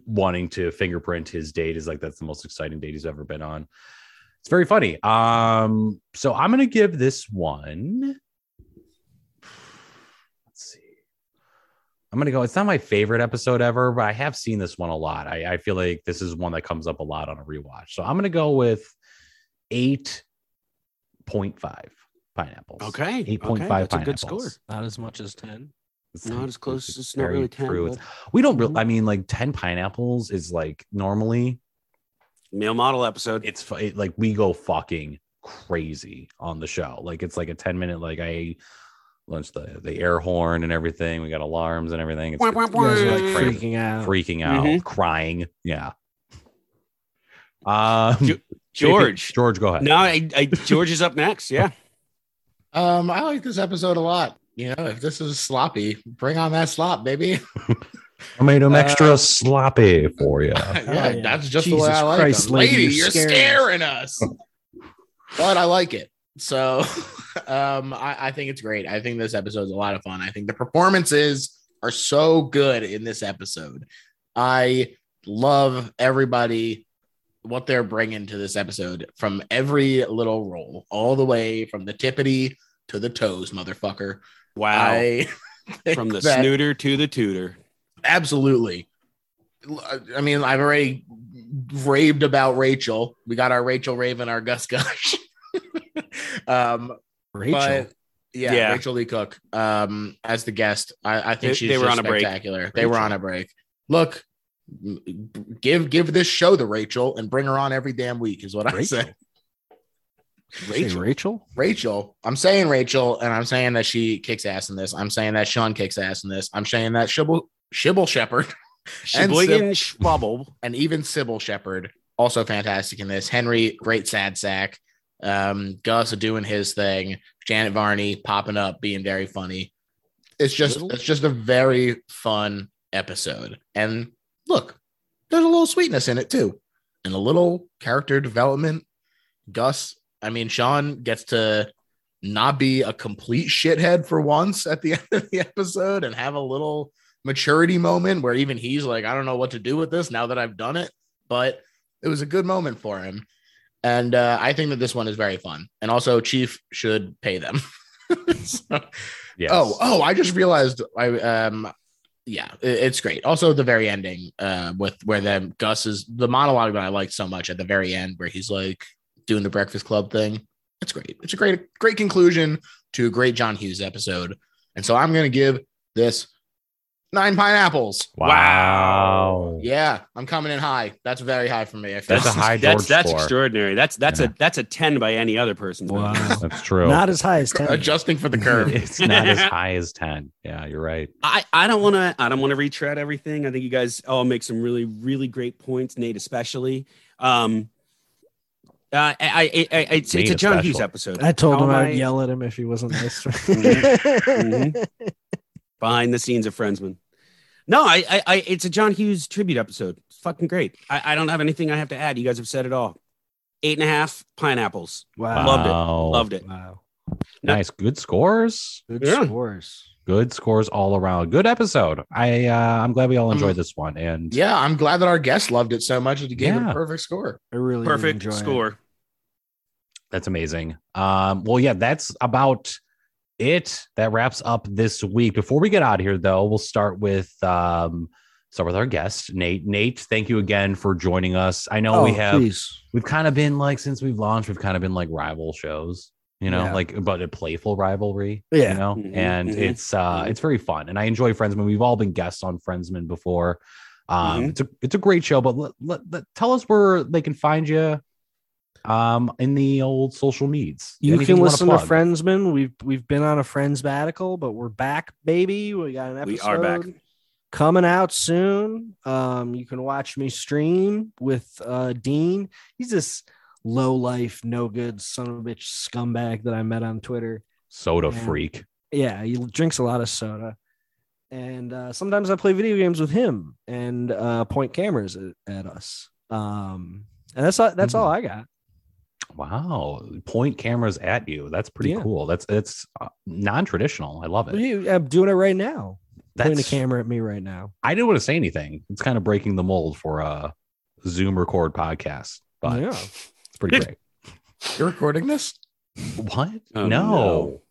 Speaker 1: wanting to fingerprint his date is like that's the most exciting date he's ever been on. It's very funny. Um, so I'm gonna give this one. Let's see. I'm gonna go. It's not my favorite episode ever, but I have seen this one a lot. I, I feel like this is one that comes up a lot on a rewatch. So I'm gonna go with eight point five pineapples.
Speaker 2: okay.
Speaker 1: eight point
Speaker 2: okay,
Speaker 1: five
Speaker 2: That's a good
Speaker 1: pineapples.
Speaker 2: score.
Speaker 4: Not as much as 10.
Speaker 1: It's
Speaker 2: Not
Speaker 1: like-
Speaker 2: as close. It's, not
Speaker 1: very
Speaker 2: really ten.
Speaker 1: true.
Speaker 2: but-
Speaker 1: It's- We don't. Re- I mean, like ten pineapples is like normally
Speaker 2: Male model episode.
Speaker 1: it's fu- it, like we go fucking crazy on the show. Like it's like a ten minute like I lunch the the air horn and everything. We got alarms and everything. It's,
Speaker 2: Wah, wah,
Speaker 4: You guys are like
Speaker 1: Mm.
Speaker 4: freaking out.
Speaker 1: freaking out,
Speaker 2: Mhm.
Speaker 1: crying. Yeah. Um,
Speaker 2: Ju- George.
Speaker 1: George, go ahead.
Speaker 2: No, I, I, George is up next. Yeah.
Speaker 3: um, I like this episode a lot. You know, if this is sloppy, bring on that slop, baby.
Speaker 1: I made him
Speaker 3: Uh,
Speaker 1: extra sloppy for you.
Speaker 3: yeah,
Speaker 4: yeah.
Speaker 3: that's just the
Speaker 4: Jesus
Speaker 3: way I like
Speaker 4: Christ,
Speaker 3: them.
Speaker 4: lady,
Speaker 3: Lady,
Speaker 4: you're
Speaker 3: you're
Speaker 4: scaring
Speaker 3: scaring, us. but I like it. So um, I, I think it's great. I think this episode's a lot of fun. I think the performances are so good in this episode. I love everybody, what they're bringing to this episode from every little role, all the way from the tippity to the toes, motherfucker.
Speaker 2: Wow.
Speaker 3: I think
Speaker 2: From the
Speaker 3: that-
Speaker 2: snooter to the tutor.
Speaker 3: absolutely. I mean, I've already raved about Rachel. We got our Rachel Raven, our Gus Gush. um,
Speaker 4: Rachel.
Speaker 3: But yeah,
Speaker 2: Yeah.
Speaker 3: Rachel Lee Cook um, as the guest. I, I think
Speaker 2: They-
Speaker 3: she's
Speaker 2: they were
Speaker 3: just
Speaker 2: on a break.
Speaker 3: spectacular. They were on a break. Look, m- give give this show to Rachel and bring her on every damn week is what I
Speaker 4: Rachel?
Speaker 3: say. Rachel.
Speaker 4: Rachel. Rachel.
Speaker 3: Rachel, I'm saying Rachel, and I'm saying that she kicks ass in this. I'm saying that Sean kicks ass in this. I'm saying that Shibble Shibble Shepherd And
Speaker 2: Shibwigan Schwabble.
Speaker 3: and even Sybil Shepherd, also fantastic in this. Henry, great sad sack. Um, Gus doing his thing. Janet Varney popping up, being very funny. It's just
Speaker 4: Little-
Speaker 3: it's just a very fun episode. And look, there's a little sweetness in it too, and a little character development. Gus, I mean Sean gets to not be a complete shithead for once at the end of the episode and have a little maturity moment where even he's like, I don't know what to do with this now that I've done it, but it was a good moment for him. And uh, I think that this one is very fun. And also, Chief should pay them. So-
Speaker 1: Yes.
Speaker 3: Oh, oh, I just realized I um yeah, i- it's great. Also the very ending uh with where them Gus is the monologue that I liked so much at the very end where he's like doing the breakfast club thing. It's great. It's a great great conclusion to a great John Hughes episode. And so I'm going to give this 9 pineapples.
Speaker 1: wow.
Speaker 3: Yeah, I'm coming in high. That's very high for me. I feel
Speaker 1: That's a high
Speaker 2: That's
Speaker 1: George
Speaker 2: that's
Speaker 1: score.
Speaker 2: extraordinary. That's that's
Speaker 1: Yeah.
Speaker 2: a that's a ten by any other person's.
Speaker 4: Wow.
Speaker 2: measure.
Speaker 1: That's true.
Speaker 4: Not as high as 10.
Speaker 3: adjusting for the curve.
Speaker 1: it's not as high as 10. Yeah, you're right.
Speaker 2: I, I don't want to I don't want to retread everything. I think you guys all make some really really great points, Nate especially. Um, uh, I, I, I it's,
Speaker 1: Nate
Speaker 2: it's a John
Speaker 1: especially.
Speaker 2: Hughes episode.
Speaker 4: I told
Speaker 2: How
Speaker 4: him
Speaker 2: am
Speaker 4: I'd
Speaker 2: I-
Speaker 4: yell at him if he wasn't nice.
Speaker 2: Mhm. behind the scenes of Friendsman. No, I, I, I it's a John Hughes tribute episode. It's fucking great. I, I don't have anything I have to add. You guys have said it all. Eight and a half pineapples.
Speaker 4: Wow.
Speaker 2: Loved it.
Speaker 1: Wow.
Speaker 2: Loved it.
Speaker 4: Wow.
Speaker 1: Nice. Good scores.
Speaker 4: Good
Speaker 2: Yeah.
Speaker 4: scores.
Speaker 1: Good scores all around. Good episode. I uh, I'm glad we all
Speaker 3: Um,
Speaker 1: enjoyed this one. And
Speaker 3: Yeah, I'm glad that our guest loved it so much that he gave it
Speaker 1: Yeah.
Speaker 3: a perfect score.
Speaker 4: I really
Speaker 2: Perfect
Speaker 4: enjoy it.
Speaker 2: score.
Speaker 1: That's amazing. Um, well, yeah, that's about it. That wraps up this week. Before we get out of here, though, we'll start with um, start with our guest, Nate. Nate, thank you again for joining us. I know
Speaker 4: Oh,
Speaker 1: we have
Speaker 4: please.
Speaker 1: we've kind of been like since we've launched, we've kind of been like rival shows, you know,
Speaker 4: Yeah.
Speaker 1: like but a playful rivalry.
Speaker 4: Yeah. Mm-hmm.
Speaker 1: You know,
Speaker 2: Mhm,
Speaker 1: and
Speaker 2: mhm.
Speaker 1: it's uh it's very fun. And I enjoy Friendsman. We've all been guests on Friendsman before. Um
Speaker 4: Mm-hmm.
Speaker 2: Mhm.
Speaker 1: it's a it's a great show, but let, let, let- tell us where they can find you um in the old social medias.
Speaker 4: You
Speaker 1: Anything
Speaker 4: can
Speaker 1: wanna
Speaker 4: listen to
Speaker 1: plug?
Speaker 4: Friendsman. We've we've been on a friends sabbatical, but we're back, baby. We got an episode
Speaker 2: We are back.
Speaker 4: coming out soon. Um, you can watch me stream with uh, Dean. He's this low life, no good son of a bitch scumbag that I met on Twitter.
Speaker 1: Soda
Speaker 4: Yeah.
Speaker 1: Freak.
Speaker 4: Yeah, he drinks a lot of soda, and uh, sometimes I play video games with him and uh, point cameras at, at us. Um, and that's all, that's
Speaker 1: Hmm.
Speaker 4: all I got.
Speaker 1: Wow. Point cameras at you. That's pretty
Speaker 4: Yeah.
Speaker 1: cool. That's it's uh, non-traditional. I love
Speaker 4: But
Speaker 1: it.
Speaker 4: he- I'm doing it right now. Pointing a
Speaker 1: That's
Speaker 4: camera at me right now.
Speaker 1: I didn't want to say anything. It's kind of breaking the mold for a Zoom record podcast, but
Speaker 4: Yeah.
Speaker 1: it's pretty great.
Speaker 3: You're recording this?
Speaker 1: What?
Speaker 2: Oh,
Speaker 1: no.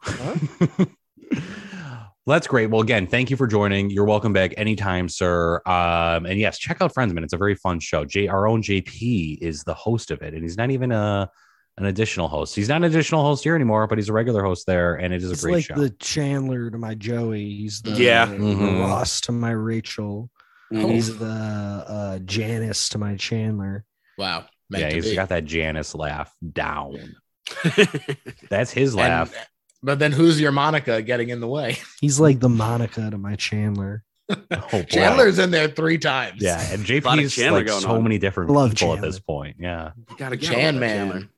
Speaker 1: Well, That's great. Well, again, thank you for joining. You're welcome back anytime, sir. Um, and yes, check out Friendsman. It's a very fun show. J, our own JP is the host of it, and he's not even a an additional host. He's not an additional host here anymore, but he's a regular host there, and it is a
Speaker 4: It's
Speaker 1: great
Speaker 4: like
Speaker 1: show.
Speaker 4: the Chandler to my Joey. He's the
Speaker 2: Yeah. Mm-hmm.
Speaker 4: the
Speaker 1: Mhm.
Speaker 4: Ross to my Rachel.
Speaker 2: Mhm.
Speaker 4: He's the uh, Janice to my Chandler.
Speaker 3: Wow. meant
Speaker 1: yeah,
Speaker 3: to
Speaker 1: he's
Speaker 3: be.
Speaker 1: got that Janice laugh down. That's his laugh.
Speaker 3: And- but then who's your Monica getting in the way?
Speaker 4: He's like the Monica to my Chandler.
Speaker 1: Oh, boy.
Speaker 3: Chandler's in there three times.
Speaker 1: Yeah, and
Speaker 2: lot of
Speaker 1: JP's
Speaker 2: Chandler
Speaker 1: like
Speaker 2: going
Speaker 1: so
Speaker 2: on.
Speaker 1: many different
Speaker 4: Love
Speaker 1: people at
Speaker 4: Chandler.
Speaker 1: this point. Yeah.
Speaker 2: You gotta get
Speaker 3: Chan
Speaker 2: all that
Speaker 3: man.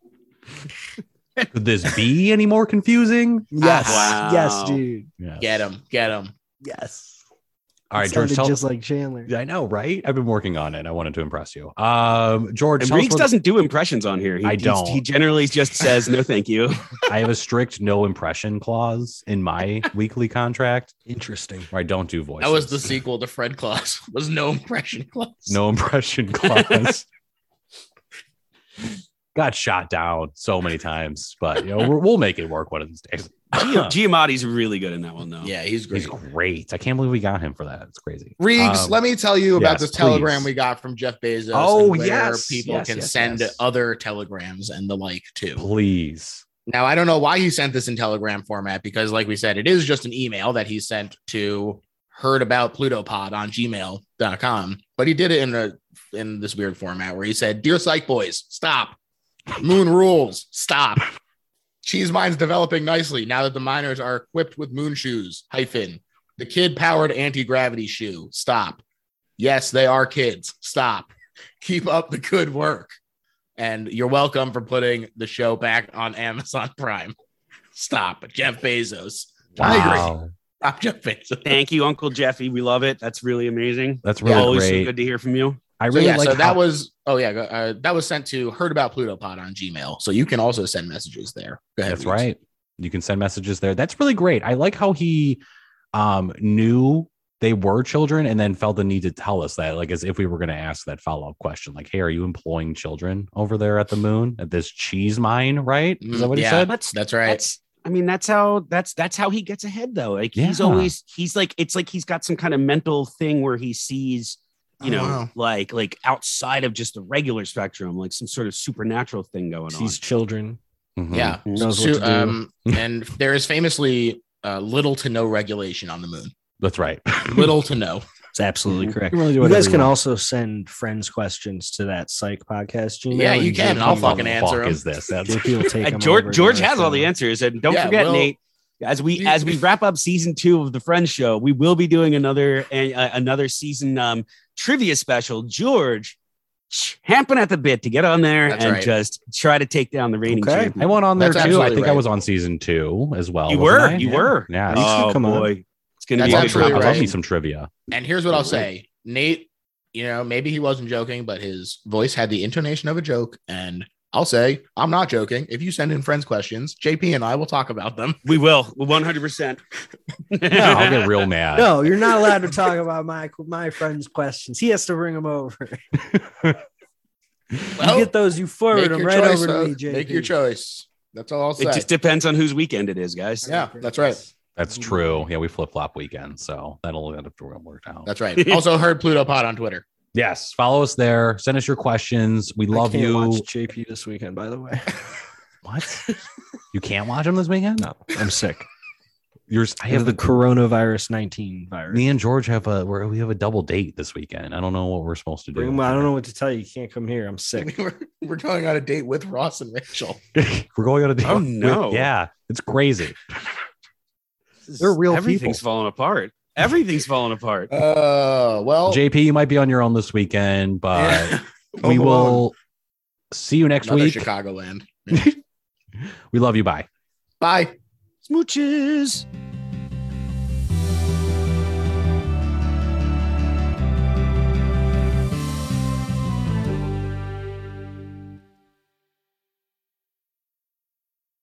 Speaker 1: Could this be any more confusing?
Speaker 4: Yes.
Speaker 2: Ah, Wow.
Speaker 4: Yes, dude.
Speaker 1: Yes.
Speaker 3: Get him. Get him.
Speaker 4: Yes.
Speaker 1: All right,
Speaker 4: It
Speaker 1: George.
Speaker 4: sounded
Speaker 1: Tell
Speaker 4: just like Chandler.
Speaker 1: I know, right? I've been working on it. I wanted to impress you. Um, George,
Speaker 2: And
Speaker 1: tell us
Speaker 2: Reeks
Speaker 1: what-
Speaker 2: doesn't do impressions on here. He,
Speaker 1: I
Speaker 2: he's-
Speaker 1: don't.
Speaker 2: He generally just says no, thank you.
Speaker 1: I have a strict no impression clause in my weekly contract
Speaker 4: Interesting.
Speaker 1: where I don't do voices.
Speaker 3: That was the sequel to Fred Claus. Was no impression Claus.
Speaker 1: no impression clause. Got shot down so many times, but you know we're, we'll make it work one of these days.
Speaker 2: Gio- Giamatti's really good in that one, though.
Speaker 3: Yeah, he's great.
Speaker 1: He's great. I can't believe we got him for that. It's crazy.
Speaker 3: Reeves,
Speaker 1: Um,
Speaker 3: let me tell you about
Speaker 1: yes,
Speaker 3: this telegram
Speaker 1: please.
Speaker 3: we got from Jeff Bezos.
Speaker 1: Oh,
Speaker 3: and where
Speaker 1: yes,
Speaker 3: people
Speaker 1: yes,
Speaker 3: can
Speaker 1: yes,
Speaker 3: send
Speaker 1: yes.
Speaker 3: other telegrams and the like too.
Speaker 1: Please.
Speaker 3: Now, I don't know why he sent this in telegram format because, like we said, it is just an email that he sent to heard about plutopod on gmail.com. But he did it in a in this weird format where he said, Dear Psych Boys, stop. Moon rules, stop. Cheese mine's developing nicely now that the miners are equipped with moon shoes. Hyphen. The kid powered anti gravity shoe. Stop. Yes, they are kids. Stop. Keep up the good work. And you're welcome for putting the show back on Amazon Prime. Stop. Jeff Bezos. I agree.
Speaker 1: Wow.
Speaker 3: Stop, Jeff Bezos.
Speaker 2: Thank you, Uncle Jeffy. We love it. That's really amazing.
Speaker 1: That's
Speaker 3: Yeah,
Speaker 1: really
Speaker 2: Always so
Speaker 1: great.
Speaker 2: good to hear from you.
Speaker 1: I
Speaker 3: So
Speaker 1: really
Speaker 3: yeah,
Speaker 1: like
Speaker 3: so that
Speaker 1: how-
Speaker 3: was oh yeah, go- uh, that was sent to heard about Pluto Pod on Gmail. So you can also send messages there. Go ahead,
Speaker 1: That's
Speaker 3: Reeves.
Speaker 1: right. You can send messages there. That's really great. I like how he um knew they were children and then felt the need to tell us that, like as if we were going to ask that follow up question, like, "Hey, are you employing children over there at the moon at this cheese mine?" Right? Is that what
Speaker 3: Mm, Yeah.
Speaker 1: he said?
Speaker 2: That's
Speaker 3: That's right.
Speaker 2: that's I mean, that's how that's that's how he gets ahead though. Like he's
Speaker 1: Yeah.
Speaker 2: always he's like it's like he's got some kind of mental thing where he sees, you
Speaker 3: Oh,
Speaker 2: know,
Speaker 3: wow.
Speaker 2: like like outside of just the regular spectrum, like some sort of supernatural thing going on.
Speaker 4: Sees children.
Speaker 1: Mhm.
Speaker 3: Yeah.
Speaker 4: Knows
Speaker 3: So,
Speaker 4: what to do.
Speaker 3: um, and there is famously uh, little to no regulation on the moon.
Speaker 1: that's right.
Speaker 3: Little to no.
Speaker 4: It's absolutely
Speaker 2: Mhm.
Speaker 4: correct.
Speaker 1: You can really do
Speaker 4: You guys
Speaker 1: whatever
Speaker 4: can
Speaker 1: want.
Speaker 4: also send friends questions to that psych podcast. Gmail,
Speaker 3: Yeah, you
Speaker 4: and
Speaker 3: can,
Speaker 4: JP
Speaker 3: and I'll
Speaker 1: What
Speaker 3: fucking
Speaker 1: the
Speaker 3: answer
Speaker 1: fuck
Speaker 3: 'em.
Speaker 1: Is this? That's
Speaker 4: JP will take
Speaker 2: Uh,
Speaker 4: 'em over
Speaker 2: George
Speaker 4: and
Speaker 2: George
Speaker 4: let us
Speaker 2: has all
Speaker 4: know.
Speaker 2: the answers, and don't
Speaker 3: Yeah,
Speaker 2: forget,
Speaker 3: well-
Speaker 2: Nate. As we
Speaker 3: We-
Speaker 2: as we wrap up season two of the Friends Show, we will be doing another and uh, another season um, trivia special. George champing at the bit to get on there
Speaker 3: That's
Speaker 2: and
Speaker 3: right.
Speaker 2: just try to take down the reigning
Speaker 4: Okay.
Speaker 2: champion.
Speaker 1: I went on there
Speaker 3: That's
Speaker 1: too. I
Speaker 3: absolutely
Speaker 1: think I
Speaker 3: right.
Speaker 1: was on season two as well.
Speaker 2: You
Speaker 1: wasn't
Speaker 2: were,
Speaker 1: I?
Speaker 2: you
Speaker 1: Yeah.
Speaker 2: were.
Speaker 1: Yeah.
Speaker 4: You should
Speaker 2: Oh
Speaker 4: come on.
Speaker 2: boy, it's gonna
Speaker 1: I
Speaker 3: That's
Speaker 2: be
Speaker 1: love-
Speaker 2: a good
Speaker 3: absolutely
Speaker 1: I
Speaker 2: one.
Speaker 1: love
Speaker 3: right.
Speaker 1: me some trivia.
Speaker 3: And here's what I'll say, Nate. You know, maybe he wasn't joking, but his voice had the intonation of a joke. And I'll say, I'm not joking. If you send in friends questions, JP and I will talk about them.
Speaker 2: We will, one hundred percent.
Speaker 1: I'll get real mad.
Speaker 4: No, you're not allowed to talk about my my friend's questions. He has to bring them over.
Speaker 3: Well,
Speaker 4: you get those, you forward
Speaker 3: Make
Speaker 4: them
Speaker 3: your
Speaker 4: right
Speaker 3: choice.
Speaker 4: over to
Speaker 3: uh,
Speaker 4: me, JP.
Speaker 3: Make your choice. That's all I'll say.
Speaker 2: It just depends on whose weekend it is, guys.
Speaker 3: Yeah, that's right.
Speaker 1: That's true. Yeah, we flip flop weekend, so that'll end up worked out.
Speaker 3: That's right. Also, heard Pluto Pod on Twitter.
Speaker 1: Yes, follow us there. Send us your questions. We love
Speaker 4: I can't
Speaker 1: you.
Speaker 4: Watch JP this weekend, by the way.
Speaker 1: What? you can't watch them this weekend?
Speaker 4: No, I'm sick.
Speaker 1: Yours. I
Speaker 4: I
Speaker 1: have
Speaker 4: have the
Speaker 1: the.
Speaker 4: coronavirus 19 virus.
Speaker 1: Me and George have a. We're, we have a double date this weekend. I don't know what we're supposed to do.
Speaker 4: Bring 'em- I don't know what to tell you. You can't come here. I'm sick.
Speaker 3: We were, we're going on a date with Ross and Rachel.
Speaker 1: we're going on a date.
Speaker 2: Oh,
Speaker 1: with-
Speaker 2: no.
Speaker 1: Yeah, it's crazy.
Speaker 2: They're
Speaker 1: real
Speaker 2: Everything's
Speaker 1: people.
Speaker 2: falling apart. Everything's falling apart.
Speaker 3: Uh,
Speaker 4: Oh.
Speaker 3: well,
Speaker 1: JP, you might be on your own this weekend, but
Speaker 3: yeah.
Speaker 1: we
Speaker 3: Home Alone,
Speaker 1: will see you next
Speaker 3: another
Speaker 1: week.
Speaker 3: Chicagoland.
Speaker 1: We love you. Bye.
Speaker 3: Bye.
Speaker 2: Smooches.